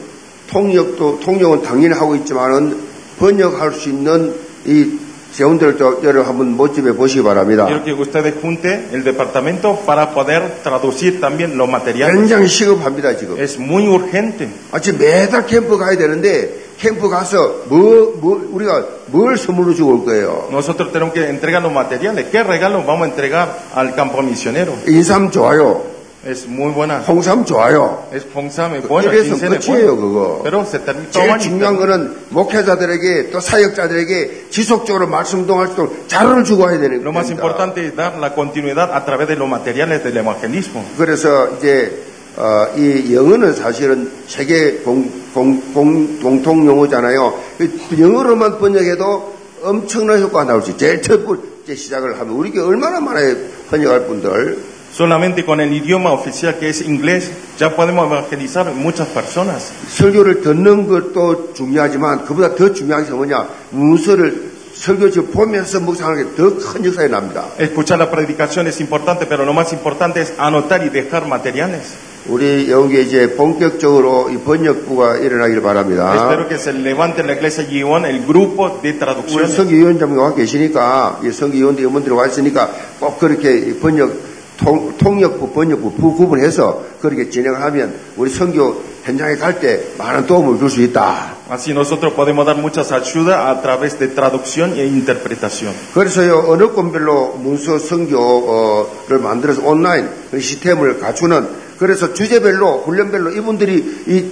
통역도 통역은 당연히 하고 있지만은 번역할 수 있는 이 재원들도 여러분 한번 모집해 보시기 바랍니다. Quiero que ustedes junten el departamento para poder traducir también los materiales. 굉장히 시급합니다 지금. Es muy urgente. 아, 지금 매달 캠프 가야 되는데 캠프 가서 뭐, 뭐 우리가 뭘 선물로 주고 올 거예요? Nosotros tenemos que entregar los materiales. ¿Qué regalos vamos a entregar al campo misionero? 인삼 좋아요, Es muy buena. 홍삼 좋아요. Es Fonsam, es bueno, Eres un quincena es cocheo, bueno. gogo. Pero se termina 제일 중요한 거는 목회자들에게 또 사역자들에게 지속적으로 말씀 동할 수 있도록 자료를 주고 와야 되는 그러니까. Lo más 겁니다. importante es dar la continuidad a través de los materiales del evangelismo. 그래서 이제 어, 이 영어는 사실은 세계 공, 공, 공, 공통 용어잖아요. 이 영어로만 번역해도 엄청난 효과가 나올 수 있어요. 제일 첫, 번- 이제 시작을 하면 우리 교회 얼마나 많아요. 헌역할 분들. Solamente con el idioma oficial que es inglés ya podemos evangelizar muchas personas. 설교를 듣는 것도 중요하지만 그보다 더 중요한 게 뭐냐. 문서를 설교지 보면서 묵상하는 게 더 큰 역사에 납니다. Escuchar la predicación es importante, pero lo más importante es anotar y dejar materiales. 우리 영국에 이제 본격적으로 이 번역부가 일어나길 Espero 바랍니다. que se levante en la iglesia Gion el grupo de 우리 traducciones. 성기위원장님 와 계시니까 이 성기위원들 여러분들이 와 있으니까 꼭 그렇게 이 번역 통, 통역부 번역부 부 구분해서 그렇게 진행을 하면 우리 성교 현장에 갈 때 많은 도움을 줄 수 있다. Así nosotros podemos dar muchas ayudas a través de traducción e interpretación. 그래서요 언어권별로 문서 성교를 만들어서 온라인 그 시스템을 갖추는 그래서 주제별로 훈련별로 이분들이 이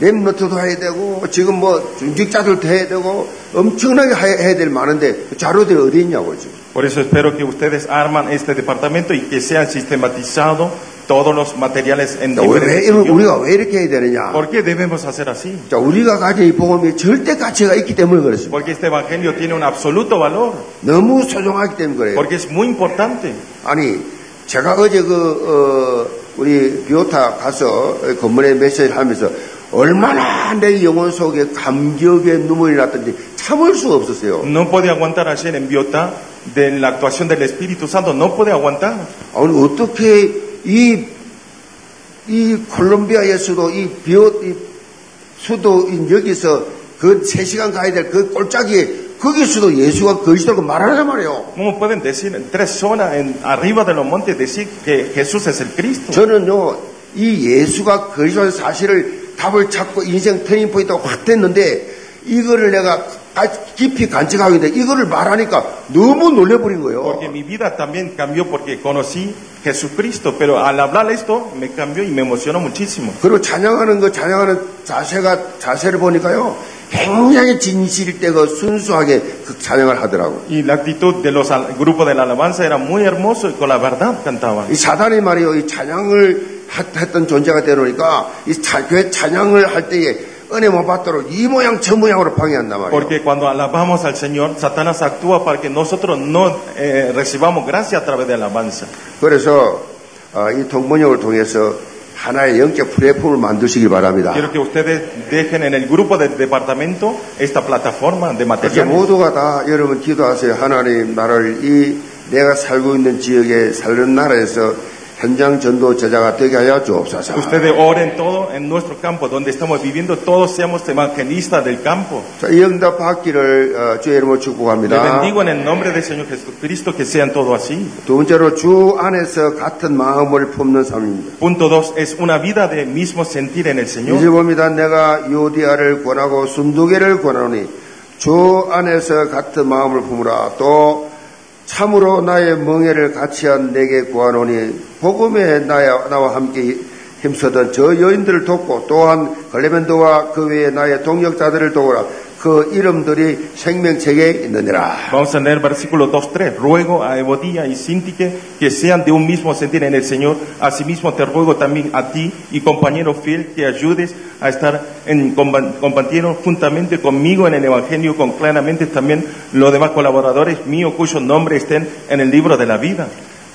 랩노트도 해야 되고 지금 뭐 중직자들도 해야 되고 엄청나게 하- 해야 될 많은데 그 자료들이 어디 있냐고 지금 Por eso espero que ustedes arman este departamento y que sean sistematizados todos los materiales en 자, 왜, 왜 diferentes 이런- idiomas. 우리가 왜 이렇게 해야 되느냐 ¿Por qué debemos hacer así? 자, 우리가 가진 이 복음이 절대 가치가 있기 때문에 그렇습니다 Porque este evangelio tiene un absoluto valor, 너무 소중하기 때문에 그래요 porque es muy importante. 아니, 제가 어제 그, 어, 우리 비오타 가서 건물에 메시지를 하면서 얼마나 내 영혼 속에 감격의 눈물이 났던지 참을 수가 없었어요. No podía aguantar ayer en Biota de la actuación del Espíritu Santo, no puede aguantar. 오늘 어떻게 이, 이 콜롬비아의 수도, 이 비오, 이 수도인 여기서 그 3시간 가야 될 그 꼴짝이에 거기서도 예수가 거짓이라고 말하란 말이에요. ¿Cómo pueden decir en tres zonas en, arriba de los montes decir que Jesús es el Cristo? 저는요, 이 예수가 거짓이라는 사실을 답을 찾고 인생 터닝포인트가 확 됐는데, 이거를 내가 아주 깊이 간직하게 돼. 이거를 말하니까 너무 놀래버린 거예요. Porque mi vida también cambió porque conocí Jesucristo, pero al hablar esto me cambió y me emocionó muchísimo. 그리고 찬양하는 거, 찬양하는 자세가, 자세를 보니까요, 굉장히 진실되고 순수하게 그 찬양을 하더라고요. Y la actitud de los al- grupo de la alabanza era muy hermoso y con la verdad cantaban. 이 사단이 말이요, 이 찬양을 했- 했던 존재가 되놓으니까, 이 자, 교회 찬양을 할 때에 은혜 못 받도록 이 모양 저 모양으로 방해한단 말이에요. Porque cuando alabamos al Señor, Satanás actúa para que nosotros no eh, recibamos gracia a través de alabanza. 그래서 어, 이 동번역을 통해서 하나의 영적 플랫폼을 만드시길 바랍니다. Quiero que ustedes dejen en el grupo del departamento esta plataforma de 그래서 materiales. 모두가 다 여러분 기도하세요. 하나님 나를 이 내가 살고 있는 지역에 살는 나라에서 현장 전도 제자가 되게 하여 주옵소서. Ustedes oren todo en nuestro campo, donde estamos viviendo, todos seamos evangelistas del campo. 자, 이 응답 받기를 어, 주의 이름으로 Les 축복합니다. bendigo en el nombre del Señor Jesucristo que sean todo así. 두 번째로 주 안에서 같은 마음을 품는 삶입니다. Punto dos es una vida de mismo sentir en el 이제 Señor. 봅니다. 내가 요디아를 권하고 순두개를 권하니 주 안에서 같은 마음을 품으라. 또 참으로 나의 멍에를 같이한 내게 구하노니 복음에 나야, 나와 함께 힘쓰던 저 여인들을 돕고 또한 글레멘도와 그 외에 나의 동역자들을 도우라. 그 이름들이 생명책에 있느니라. Vamos a leer versículo 2.3. Ruego a Ebodía y Sintique que sean de un mismo sentir en el Señor. Asimismo te ruego también a ti y compañero fiel que ayudes a estar en compa- compartiendo juntamente conmigo en el Evangelio con claramente también los demás colaboradores míos cuyos nombres estén en el libro de la vida.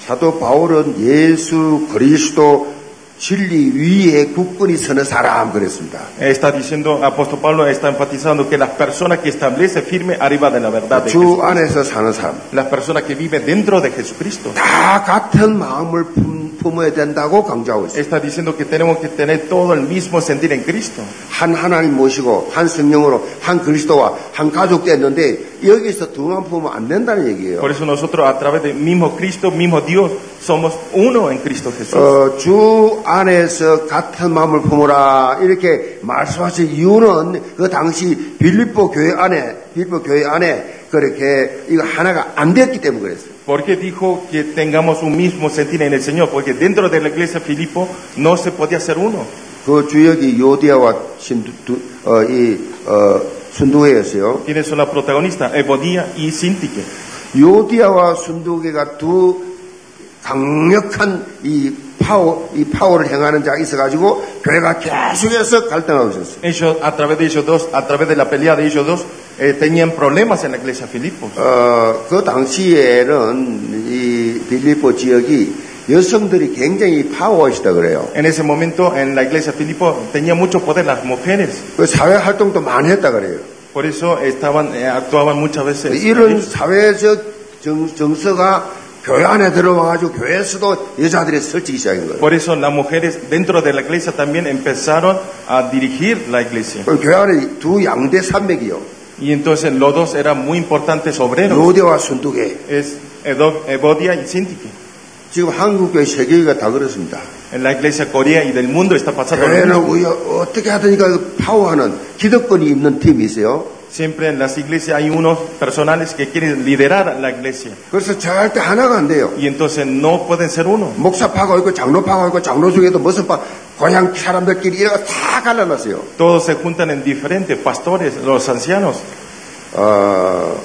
사도 바울은 예수 그리스도 진리 위에 굳건히 서는 사람 그랬습니다. Está diciendo, apóstol Pablo está enfatizando que las personas que establece firme arriba de la verdad de 주 Jesús, 안에서 사는 사람. las personas que viven dentro de Jesucristo. 다 같은 마음을 품, 품어야 된다고 강조하고 있어요. Está diciendo que tenemos que tener todo el mismo sentir en Cristo. 한 하나님 모시고 한 성령으로 한 그리스도와 한 가족 됐는데 여기서 둘만 품으면 안 된다는 얘기예요. Por eso nosotros a través del mismo Cristo, mismo Dios, somos uno en Cristo Jesús. 어, 주 안에서 같은 마음을 품으라 이렇게 말씀하신 이유는 그 당시 빌립보 교회 안에 빌립보 교회 안에 그렇게 이거 하나가 안 됐기 때문에 그랬어요. Porque dijo que tengamos un mismo sentir en el Señor, porque dentro de la iglesia Filipo no se podía ser uno. 그 주역이 요디아와 신두, 두- 어, 이, 어, 순두회였어요. ¿Quiénes son la protagonista? Ebodía y Sintique. 요디아와 순두개가 두 강력한 이 파워, 이 파워를 행하는 자가 있어가지고 교회가 계속해서 갈등하고 있었어요. Ellos, a través de ellos dos, a través de la pelea de ellos dos, eh, tenían problemas en la iglesia Filipos. 어, 그 당시에는 이 빌리포 지역이 여성들이 굉장히 파워가 있다 그래요. En ese momento en la iglesia Filipo tenía mucho poder las mujeres, 그 사회 활동도 많이 했다 그래요. por eso estaban eh, actuaban muchas veces. 이런 사회적 정, 정서가 교회 안에 들어와가지고 교회에서도 여자들이 설치기 시작한 거예요. Por eso las mujeres dentro de la iglesia también empezaron a dirigir la iglesia. 그 교회 안에 두 양대 산맥이요. Y entonces los dos eran muy importantes obreros, 요대와 순두개. es Edo- Evodia y Sintique. 지금 한국교회 세계가 다 그렇습니다. En la iglesia Corea y del mundo está pasando lo 교회를 mismo. 우여, 어떻게 하든가 그 파워하는 기득권이 있는 팀이 있어요. Siempre en las iglesias hay unos personales que quieren liderar la iglesia 그래서 절대 하나가 안 돼요. y entonces no pueden ser uno. 목사파가 있고 장로파가 있고 장로 중에도 무슨 파 고향 사람들끼리 이래가 다 갈라놨어요. Todos se juntan en diferentes pastores, los ancianos, 어,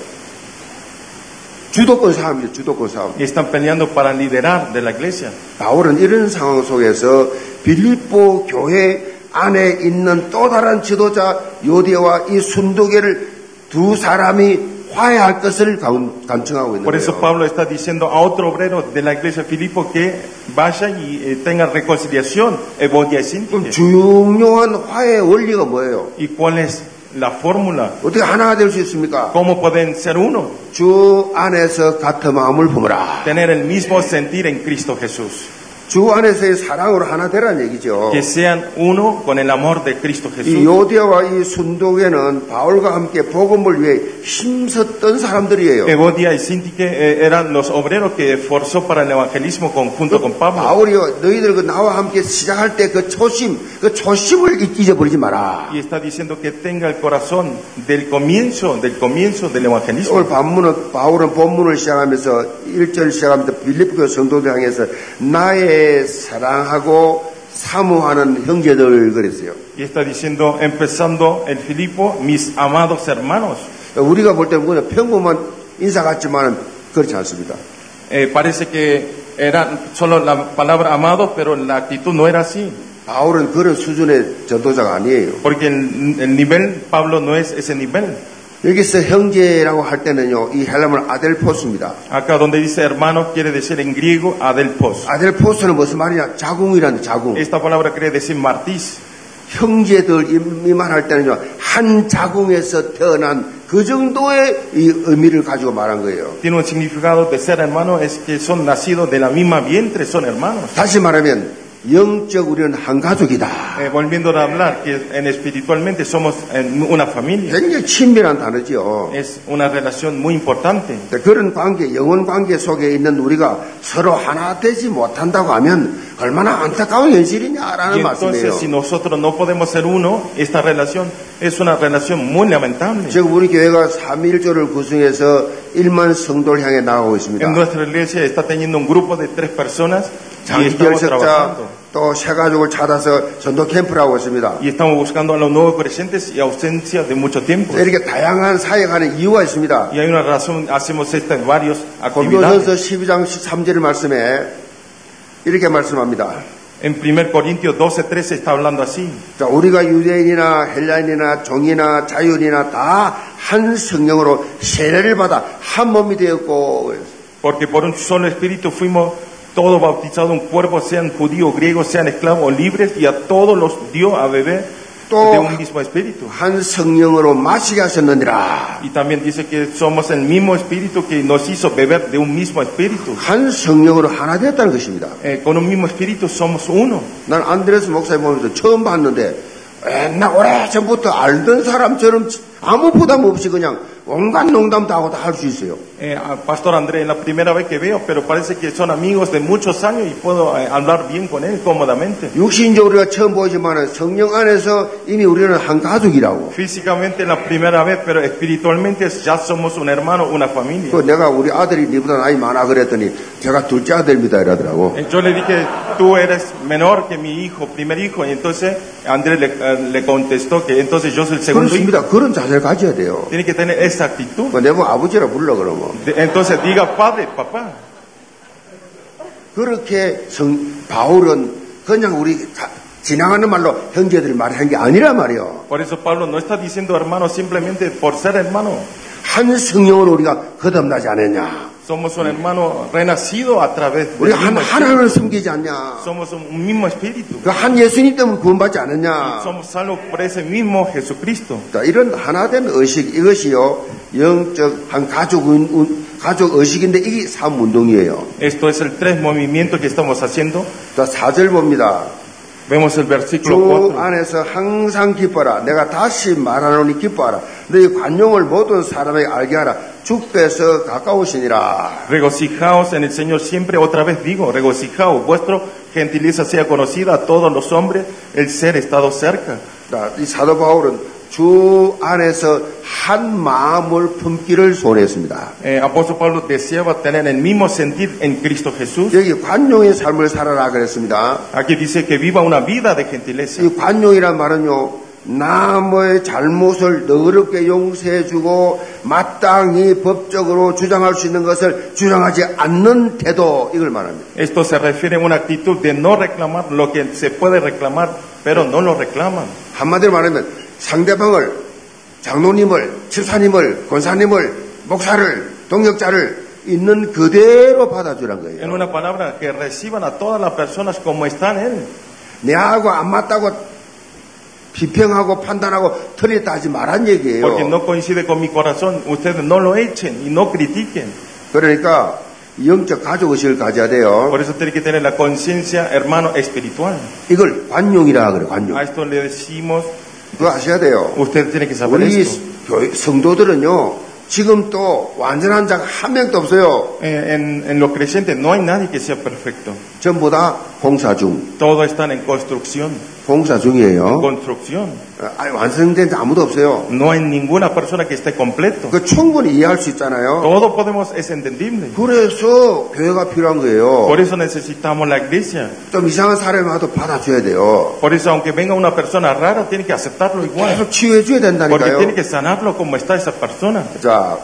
주도권 싸움이죠. 주도권 싸움. y están peleando para liderar de la iglesia. 바울은 이런 상황 속에서 빌립보 교회 안에 있는 또 다른 지도자 요디와 이 순도계를 두 사람이 화해할 것을 감- 간증하고 있는 Por eso 거예요. Pablo está diciendo a otro obrero de la iglesia Filipo que vaya y eh, tenga reconciliación, Evodia y Sintique. 중요한 화해 원리가 뭐예요? ¿Y cuál es la fórmula? 어떻게 하나가 될 수 있습니까? ¿Cómo pueden ser uno? 주 안에서 같은 마음을 품으라. Tener el mismo sentir en Cristo Jesús. 주 안에서의 사랑으로 하나 되라는 얘기죠. Que sean uno con el amor de Cristo Jesús. 이 요디아와 이 순도계는 바울과 함께 복음을 위해 힘썼던 사람들이에요. Evodia y Sintique eh, eran los obreros que esforzó para el evangelismo conjunto con Pablo. 바울이 너희들 그 나와 함께 시작할 때 그 초심, 그 초심을 잊- 잊어버리지 마라. Y está diciendo que tenga el corazón del comienzo, del comienzo del evangelismo. 오늘 본문은 바울은 본문을 시작하면서 1절 시작하면서 빌립보 성도들 향해서 나의 사랑하고 사모하는 형제들 그랬어요. Y está diciendo, empezando el Filipo, mis amados hermanos. 우리가 볼 때는 그냥 평범한 인사 같지만 그렇지 않습니다. Eh, parece que era solo la palabra amado, pero la actitud no era así. 바울은 그런 수준의 전도자가 아니에요. Porque el, el nivel, Pablo no es ese nivel. 여기서 형제라고 할 때는요, 이 헬라말 아델포스입니다. Acá donde dice hermanos quiere decir en griego adelpos. 아델포스는 무슨 말이냐? 자궁이라는 자궁. Esta palabra quiere decir martiz. 형제들 이 말할 때는요 한 자궁에서 태어난 그 정도의 이 의미를 가지고 말한 거예요. Tiene un significado de ser hermano, es que son nacidos de la misma vientre, son hermanos. 다시 말하면 영적 우리는 한 가족이다. Eh, volviendo a hablar, que en espiritualmente somos en una familia. 굉장히 친밀한 단어지요. Es una relación muy importante. 근데 그런 관계, 영혼 관계 속에 있는 우리가 서로 하나 되지 못한다고 하면 얼마나 안타까운 Y 현실이냐라는 말씀이에요. entonces si nosotros no podemos ser uno, esta relación es una relación muy lamentable. 지금 우리 교회가 3일조를 구성해서 1만 성도를 향해 나가고 En 있습니다. nuestra iglesia está teniendo un grupo de tres personas y estamos 장기결석자 trabajando. 또 새 가족을 찾아서 전도 캠프를 하고 있습니다. Y estamos buscando a los nuevos creyentes y ausencia de mucho tiempo. 이렇게 다양한 사역하는 이유가 있습니다. Y hay una razón, hacemos estas varios 고린도전서 예. actividades. 12장 13절 말씀에 이렇게 말씀합니다. En 1 Corintios 12, 13 está hablando así. 자, 우리가 유대인이나 헬라인이나 종이나 자유인이나 다 한 성령으로 세례를 받아 한 몸이 되었고 Porque por un solo espíritu fuimos todos bautizados en un cuerpo, sean judíos, griegos, sean esclavos o libres, y a todos los dio a beber Todo. de un mismo espíritu. 한 성령으로 마시게 하셨느니라. Y también dice que somos el mismo espíritu que nos hizo beber de un mismo espíritu. 한 성령으로 하나 되었다는 것입니다. Eh, con un mismo espíritu somos uno. 난 안드레스 목사님 보면서 처음 봤는데 옛날 오래 전부터 알던 사람처럼 아무 부담 없이 그냥 온갖 농담도 하고 다 할 수 있어요. Eh, a Pastor Andrés, la primera vez que veo, pero parece que son amigos de muchos años y puedo eh, hablar bien con él cómodamente. 육신적 우리가 처음 보지만 성령 안에서 이미 우리는 한 가족이라고. Físicamente la primera vez, pero espiritualmente ya somos un hermano, una familia. 그 내가 우리 아들이 니보다 나이 많아 그랬더니 제가 둘째 아들입니다 이러더라고. Eh, Yo le dije, tú eres menor que mi hijo, primer hijo, y entonces Andrés le, eh, le contestó que entonces yo soy el segundo hijo. 그렇습니다. 그런 자세를 가져야 돼요. Tiene que tener esa actitud. 그 내가 아버지라 불러 그러면. De- Entonces diga, padre, papá. 그렇게 성, 바울은 그냥 우리 가- 지나가는 말로 형제들이 말한 게 아니라 말이요. Por eso Pablo no está diciendo hermano simplemente por ser hermano. 한 성령으로 우리가 거듭나지 않았냐. Somos un hermano renacido a través de 우리가 한 하나님을 숨기지 않냐. Somos un mismo espíritu. 그 한 예수님 때문에 구원받지 않았냐. Somos salvos por ese mismo Jesucristo. 자, 이런 하나된 의식 이것이요 영적 한 가족 운- 운- 가족 의식인데 이게 삶 운동이에요. Esto es el tres movimiento que estamos haciendo. 자, 4절 봅니다. Vemos el versículo 주 4. 안에서 항상 기뻐라. 내가 다시 말하노니 기뻐하라. 너희 관용을 모든 사람에게 알게 하라. 주께서 가까우시니라. Regocijaos en el Señor siempre, otra vez digo, regocijaos, vuestro gentiliza sea conocida a todos los hombres, el ser estado cerca. 자, 이 사도 바울은 주 안에서 한 마음을 품기를 소원했습니다. Eh, apóstol Pablo deseaba tener el mismo sentir en Cristo Jesús. 여기 관용의 삶을 살아라 그랬습니다. Aquí dice que viva una vida de gentileza. 이 관용이란 말은요, 남의 잘못을 너그럽게 용서해주고 마땅히 법적으로 주장할 수 있는 것을 주장하지 않는 태도 이걸 말합니다. Esto se refiere a una actitud de no reclamar lo que se puede reclamar, pero no lo reclaman. 한마디로 말하면 상대방을 장로님을 집사님을 권사님을 목사를 동역자를 있는 그대로 받아주란 En 거예요. una palabra, que reciban a todas las personas como están él. 내하고 안 맞다고 비평하고 판단하고 틀렸다 하지 말란 Porque 얘기예요. no coincide con mi corazón, ustedes no lo echen y no critiquen. 그러니까 영적 가족 의식을 가져야 돼요. Por eso tiene que tener la conciencia, hermano, espiritual. 이걸 관용이라 그래 관용. A esto le decimos, 그거 아셔야 돼요. usted tiene que saber 우리 esto. 교- 성도들은요, 지금 또 완전한 자 한 명도 없어요. Eh, En, en los creyentes no hay nadie que sea perfecto. 전부 다 공사 중, Todos están en construcción, 공사 중이에요. construcción. 아니, 완성된 자 아무도 없어요. No hay ninguna persona que esté completo. 그 충분히 이해할 수 있잖아요. Todo podemos, es entendible. 그래서 교회가 필요한 거예요. Por eso necesitamos la iglesia. 좀 이상한 사람이 와도 받아줘야 돼요. Por eso, aunque venga una persona rara, tiene que aceptarlo igual. 계속 치유해줘야 Porque 된다니까요. tiene que sanarlo como está esa persona. 자,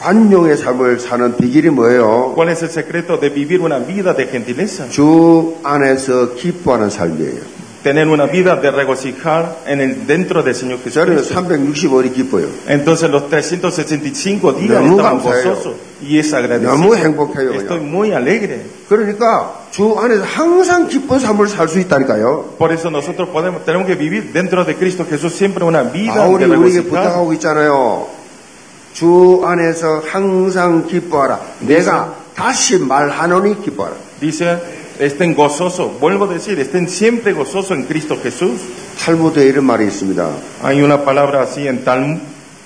관용의 삶을 사는 비결이 뭐예요? ¿Cuál es el secreto de vivir una vida de gentileza? 주 안에서 기뻐하는 삶이에요. Tener una vida de regocijar en el, dentro del Señor 저는 Jesucristo. 365일이 기뻐요. Entonces los 365 días Me estamos mudan, gozosos y es 너무 agradecido. 행복해요. 네, 그냥. Estoy muy alegre. 그러니까 주 안에서 항상 기쁜 삶을 살 수 있다니까요. Por eso nosotros podemos, tenemos que vivir dentro de Cristo Jesús siempre una vida 바울이 de 우리에게 regocijar. 부탁하고 있잖아요. 주 안에서 항상 기뻐하라. 내가 다시 말하노니 기뻐하라. Dice, estén gozosos. Vuelvo a decir, estén siempre gozosos en Cristo Jesús. 탈무드에 이런 말이 있습니다. Hay una palabra así en Talmud.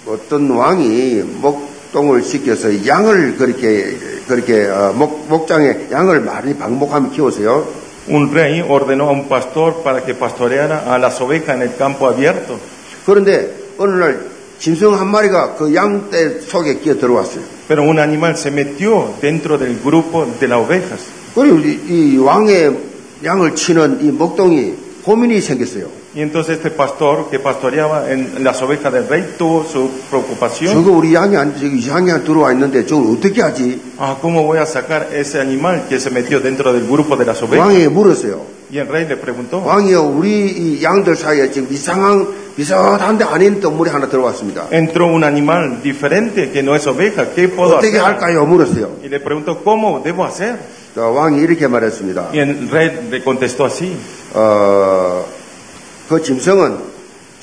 어떤 왕이 목동을 시켜서 양을 그렇게 그렇게 어, 목, 목장에 양을 많이 방목하면 키워서요. Un rey ordenó a un pastor para que pastoreara a las ovejas en el campo abierto. 그런데 어느 날 짐승 한 마리가 그 양떼 속에 끼어 들어왔어요. Pero un animal se metió dentro del grupo de las ovejas. 그리고 이, 이 왕의 양을 치는 이 목동이 고민이 생겼어요. Y entonces este pastor que pastoreaba en las ovejas del rey tuvo su preocupación. 저거 우리 양이 안, 저기 이상이 안 들어와 있는데 저걸 어떻게 하지? Ah, ¿cómo voy a sacar ese animal que se metió dentro del grupo de las ovejas? 왕에게 물었어요. Y el rey le preguntó, 왕이요, 우리 이 양들 사이에 지금 이상한, 이상한데 아닌 동물이 하나 들어왔습니다. entró un animal diferente que no es oveja, ¿qué puedo 어떻게 hacer? 할까요? 물었어요. Y le preguntó, ¿cómo debo hacer? 자, 왕이 이렇게 말했습니다. Y el rey le contestó así, 어, 그 짐승은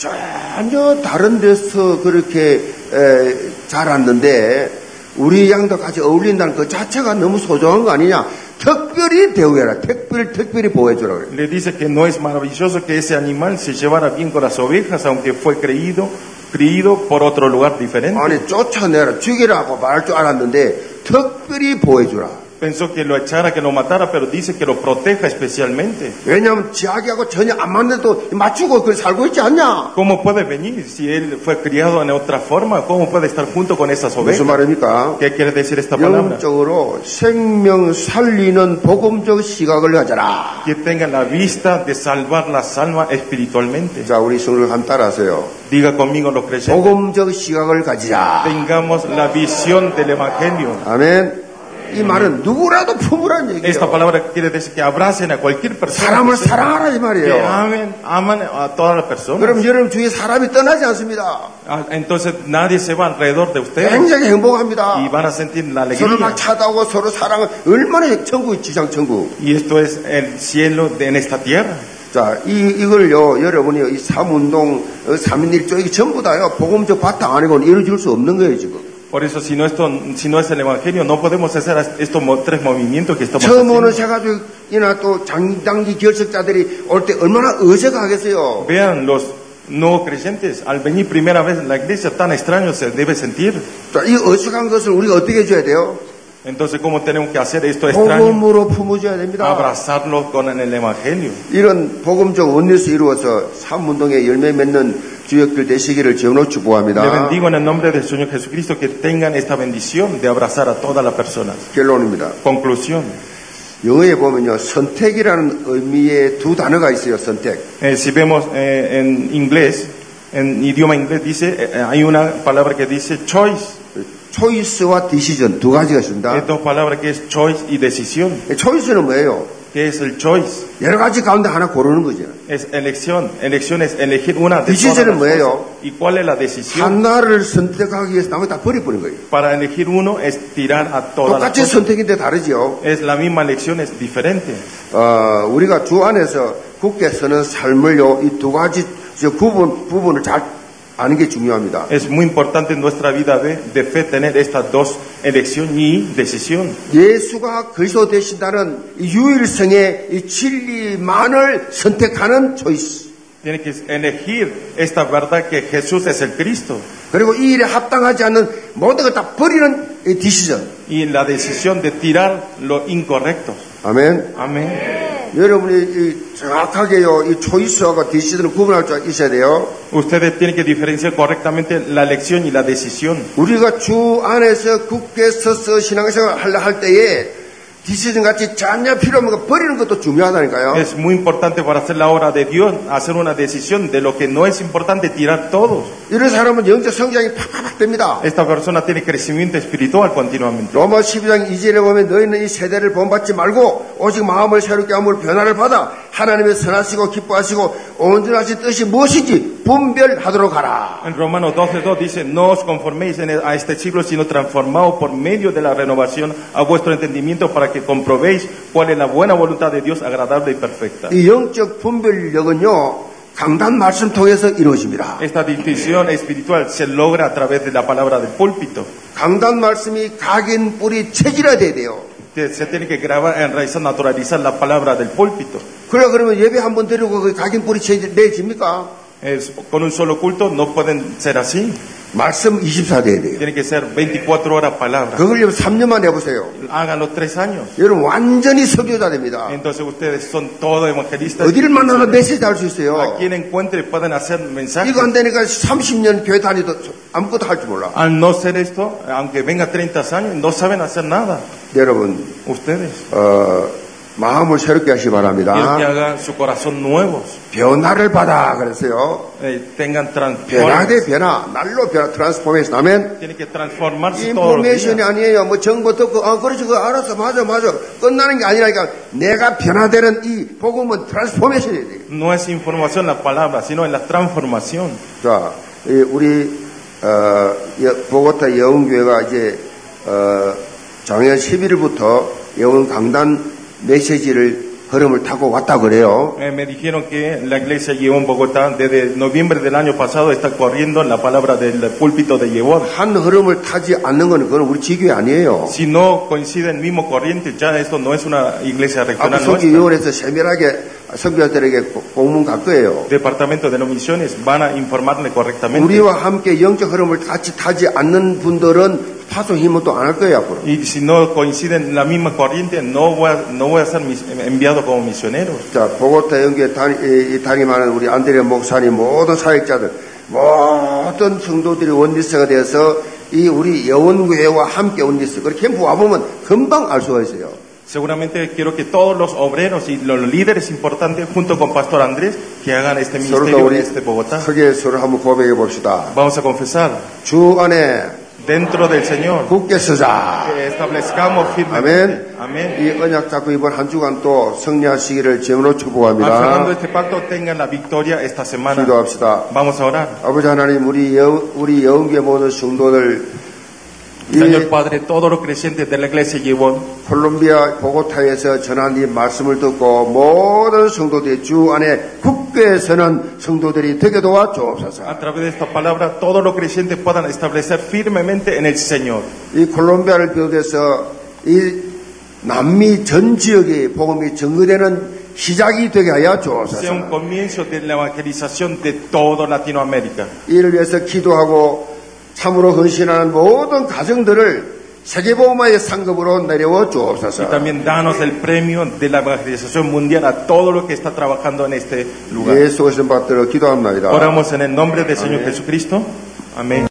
전혀 다른 데서 그렇게 에, 자랐는데 우리 양도 같이 어울린다는 그 자체가 너무 소중한 거 아니냐? 특별히 대우해라. 특별히 특별히 보호해주라 그래. le dice que no es maravilloso que ese animal se llevara bien con las ovejas, aunque fue creído, creído por otro lugar diferente. 아니 쫓아내라, 죽이라고 말할 줄 알았는데 특별히 보호해주라. Pensó que lo echara, que lo matara, pero dice que lo proteja especialmente. 왜냐하면 지하기하고 전혀 안 맞는데도 맞추고 그걸 살고 있지 않냐? ¿Cómo puede venir si él fue criado en otra forma? ¿Cómo puede estar junto con esas 무슨 ovejas? 말입니까? ¿Qué quiere decir esta palabra? 영적으로 생명 살리는 복음적 시각을 가져라. Que tenga la vista de salvar las almas espiritualmente. 자, 우리 성을 한번 따라하세요. Diga conmigo los creyentes. 복음적 시각을 가지자. 네. Tengamos la visión del Evangelio. 아멘. 이 en el- 말은 누구라도 품으란 Esta 얘기예요. palabra quiere decir que abracen a cualquier persona. 사람을 que sea, 사랑하라 이 Que 말이에요. amen, aman a todas las personas. 그럼 여러분 주위에 사람이 떠나지 않습니다. Ah, Entonces nadie se va alrededor de ustedes 굉장히 y 행복합니다. van a sentir la 서로 막 alegría. 찾아오고 서로 사랑을 얼마나 천국 지상 천국. Y esto es el cielo de- en esta tierra. 자, 이 이걸요 여러분이 이 삼운동 어, 삼인일조 이게 전부 다요 복음적 바탕 아니고는 이루어질 수 없는 거예요 지금. Por eso, si no, esto, si no es el Evangelio, no podemos hacer estos mo- tres movimientos que estamos 처음 오는 haciendo. 새가족이나 또 장단기 결석자들이 올 때 얼마나 어색하겠어요. Vean los no creyentes, al venir primera vez en la iglesia, tan extraño se debe sentir. 자, 이 어색한 것을 우리가 어떻게 해줘야 돼요? Entonces, ¿cómo tenemos que hacer esto extraño? 복음으로 품어줘야 됩니다. Abrazarlo con el Evangelio. 이런 복음적 원리에서 이루어서 삼운동의 열매 맺는 주역들 되시기를 지원으로 Le 축복합니다. bendigo en el nombre del Señor Jesucristo que tengan esta bendición de abrazar a todas las personas. 네. 결론입니다. Conclusión. 영어에 보면요, 선택이라는 의미의 두 단어가 있어요, 선택. Eh, si vemos eh, en inglés, en idioma inglés, dice, eh, eh, hay una palabra que dice choice. 초이스와 디시전 두 가지가 Hay 있습니다. dos palabras que es choice y decisión. 초이스는 뭐예요? ¿Qué es el choice? 여러 가지 가운데 하나 고르는 거죠. Es elección. Elección es elegir una de Decision todas es las bueno. cosas. ¿Y cuál es la decisión? 하나를 선택하기 위해서 나머지 다 버려버린 거예요. Para elegir uno es tirar a todas las 똑같이 cosas. 선택인데 다르죠. Es la misma elección, es diferente. 어, 우리가 주 안에서 굳게 서는 삶을요, 이 두 가지 저 부분, 부분을 잘 아는 게 중요합니다. Es muy importante en nuestra vida de, de fe tener estas dos, elección y decisión. 예수가 그리스도 되신다는 이 유일성의 이 진리만을 선택하는 초이스. Tiene que elegir esta verdad que Jesús es el Cristo. 그리고 이 일에 합당하지 않는 모든 걸 다 버리는 이 디시전. Y la decisión de tirar lo incorrecto. 아멘. Amén. 여러분이 이 정확하게요, 이 초이스하고 디시전을 구분할 줄 있어야 돼요. Ustedes tienen que diferenciar correctamente la elección y la decisión. 우리가 주 안에서 굳게 서서 신앙생활 하려 할 때에 디시전 같이 전혀 필요 없는 거 버리는 것도 중요하다니까요. Es muy importante para hacer la obra de Dios, hacer una decisión de lo que no es importante, tirar todo. 이런 사람은 영적 성장이 팍팍팍 됩니다. Esta persona tiene crecimiento espiritual continuamente. 로마 12장 2절에 보면 너희는 이 세대를 본받지 말고 오직 마음을 새롭게 함으로 변화를 받아 하나님의 선하시고 기뻐하시고 온전하신 뜻이 무엇인지 분별하도록 하라. En Romanos 12.2 dice, no os conforméis en el- a este siglo, sino transformaos por medio de la renovación a vuestro entendimiento para que comprobéis cuál es la buena voluntad de Dios, agradable y perfecta. 이 영적 분별력은요 강단 말씀 통해서 이루어집니다. Esta distinción espiritual se logra a través de la palabra del púlpito. 강단 말씀이 각인 뿌리 체질화 돼야 돼요. Se se tiene que grabar, enraizar, naturalizar la palabra del púlpito. 그래 그러면 예배 한 번 드리고 그 각인 뿌리 체질 내집니까? Es- con un solo culto no pueden ser así. 말씀 24 돼야 돼요. Tiene que ser 24 horas palabra. 그걸 3년만 해보세요. Háganlo tres años. 여러분 완전히 석유자 됩니다. Entonces ustedes son todos evangelistas. 어디를 만나도 메시지 할 수 A 있어요. quien encuentre pueden hacer mensajes. 이거 안 되니까 30년 교회 다니도 아무것도 할 줄 몰라. Al no ser esto, aunque venga 30 años, no saben hacer nada. 여러분, Ustedes. 어, 마음을 새롭게 하시기 Quiero que 바랍니다. hagan su corazón nuevos. 변화를 받아 그랬어요. Eh, tengan transformación. 변화대 변화, 날로 변화, 트랜스포메이션 하면 Tienen que transformarse todos los días. 인포메이션이 아니에요. 뭐 정보 듣고 아 그렇지 그 알았어 맞아 맞아 끝나는 게 아니라니까 내가 변화되는 이 복음은 트랜스포메이션이에요. No es información la palabra, sino en la transformación. 자, 이 우리 어, 여- 보고타 여운교회가 이제 어, 작년 11일부터 여운 강단 메시지를 걸음을 타고 왔다 그래요. Eh, me dijeron que la iglesia llevó en Bogotá desde noviembre del año pasado está corriendo la palabra del púlpito de Yevon. 한 흐름을 타지 않는 건 그건 우리 지교회 아니에요. Si no coincide el mismo corriente, ya esto no es una iglesia 앞으로 regional. nuestra. 성교위원회에서 세밀하게 아, 성교자들에게 고- 공문 갈 거예요. Departamento de las misiones van a informarle correctamente. 우리와 함께 영적 흐름을 같이 타지 않는 분들은 파송 힘은 또 안 할 거예요 앞으로. Y si no coinciden la misma corriente, no voy a, no voy a ser mis- enviado como misionero. 자, 보고타 연구에 단, 이, 이 담임하는 우리 안드레 목사님 모든 사역자들, 모든 성도들이 원리스가 돼서 이 우리 여원교회와 함께 원리스, 그렇게 모아보면 금방 알 수가 있어요. Seguramente quiero que todos los obreros y los líderes importantes, junto con Pastor Andrés, que hagan este 서로가 ministerio en 우리 este Bogotá. 크게 서로 한번 고백해 봅시다. Vamos a confesar, 주 안에 dentro del Señor. 굳게 서자. Que establezcamos firmemente. 아멘. Amén. 이 언약 잡고 이번 한 주간 또 승리하시기를 제물로 Afirmando 축복합니다. este pacto, tengan la victoria esta semana. 기도합시다. Vamos a orar. 아버지 하나님 우리 여, 우리 여운계 모든 성도들 Señor 이 Padre, todos los creyentes de la iglesia Gibón, 콜롬비아 보고타에서 전한 이 말씀을 듣고 모든 성도들이 주 안에 굳게 서는 성도들이 되게 도와주옵소서. a través de esta palabra, todos los creyentes puedan establecer firmemente en el Señor. 이 콜롬비아를 비롯해서 이 남미 전 지역에 복음이 전거되는 시작이 되게 하여 Sea un 주옵소서. comienzo de la evangelización de toda Latinoamérica. 이를 위해서 기도하고 참으로 헌신하는 모든 가정들을 세계복음화의 상급으로 내려워 Y 주옵소서. también danos el premio de la evangelización mundial a todo lo que está trabajando en este lugar. 예수 오신 받들어 기도합니다. Oramos en el nombre del Señor Jesucristo. Amén.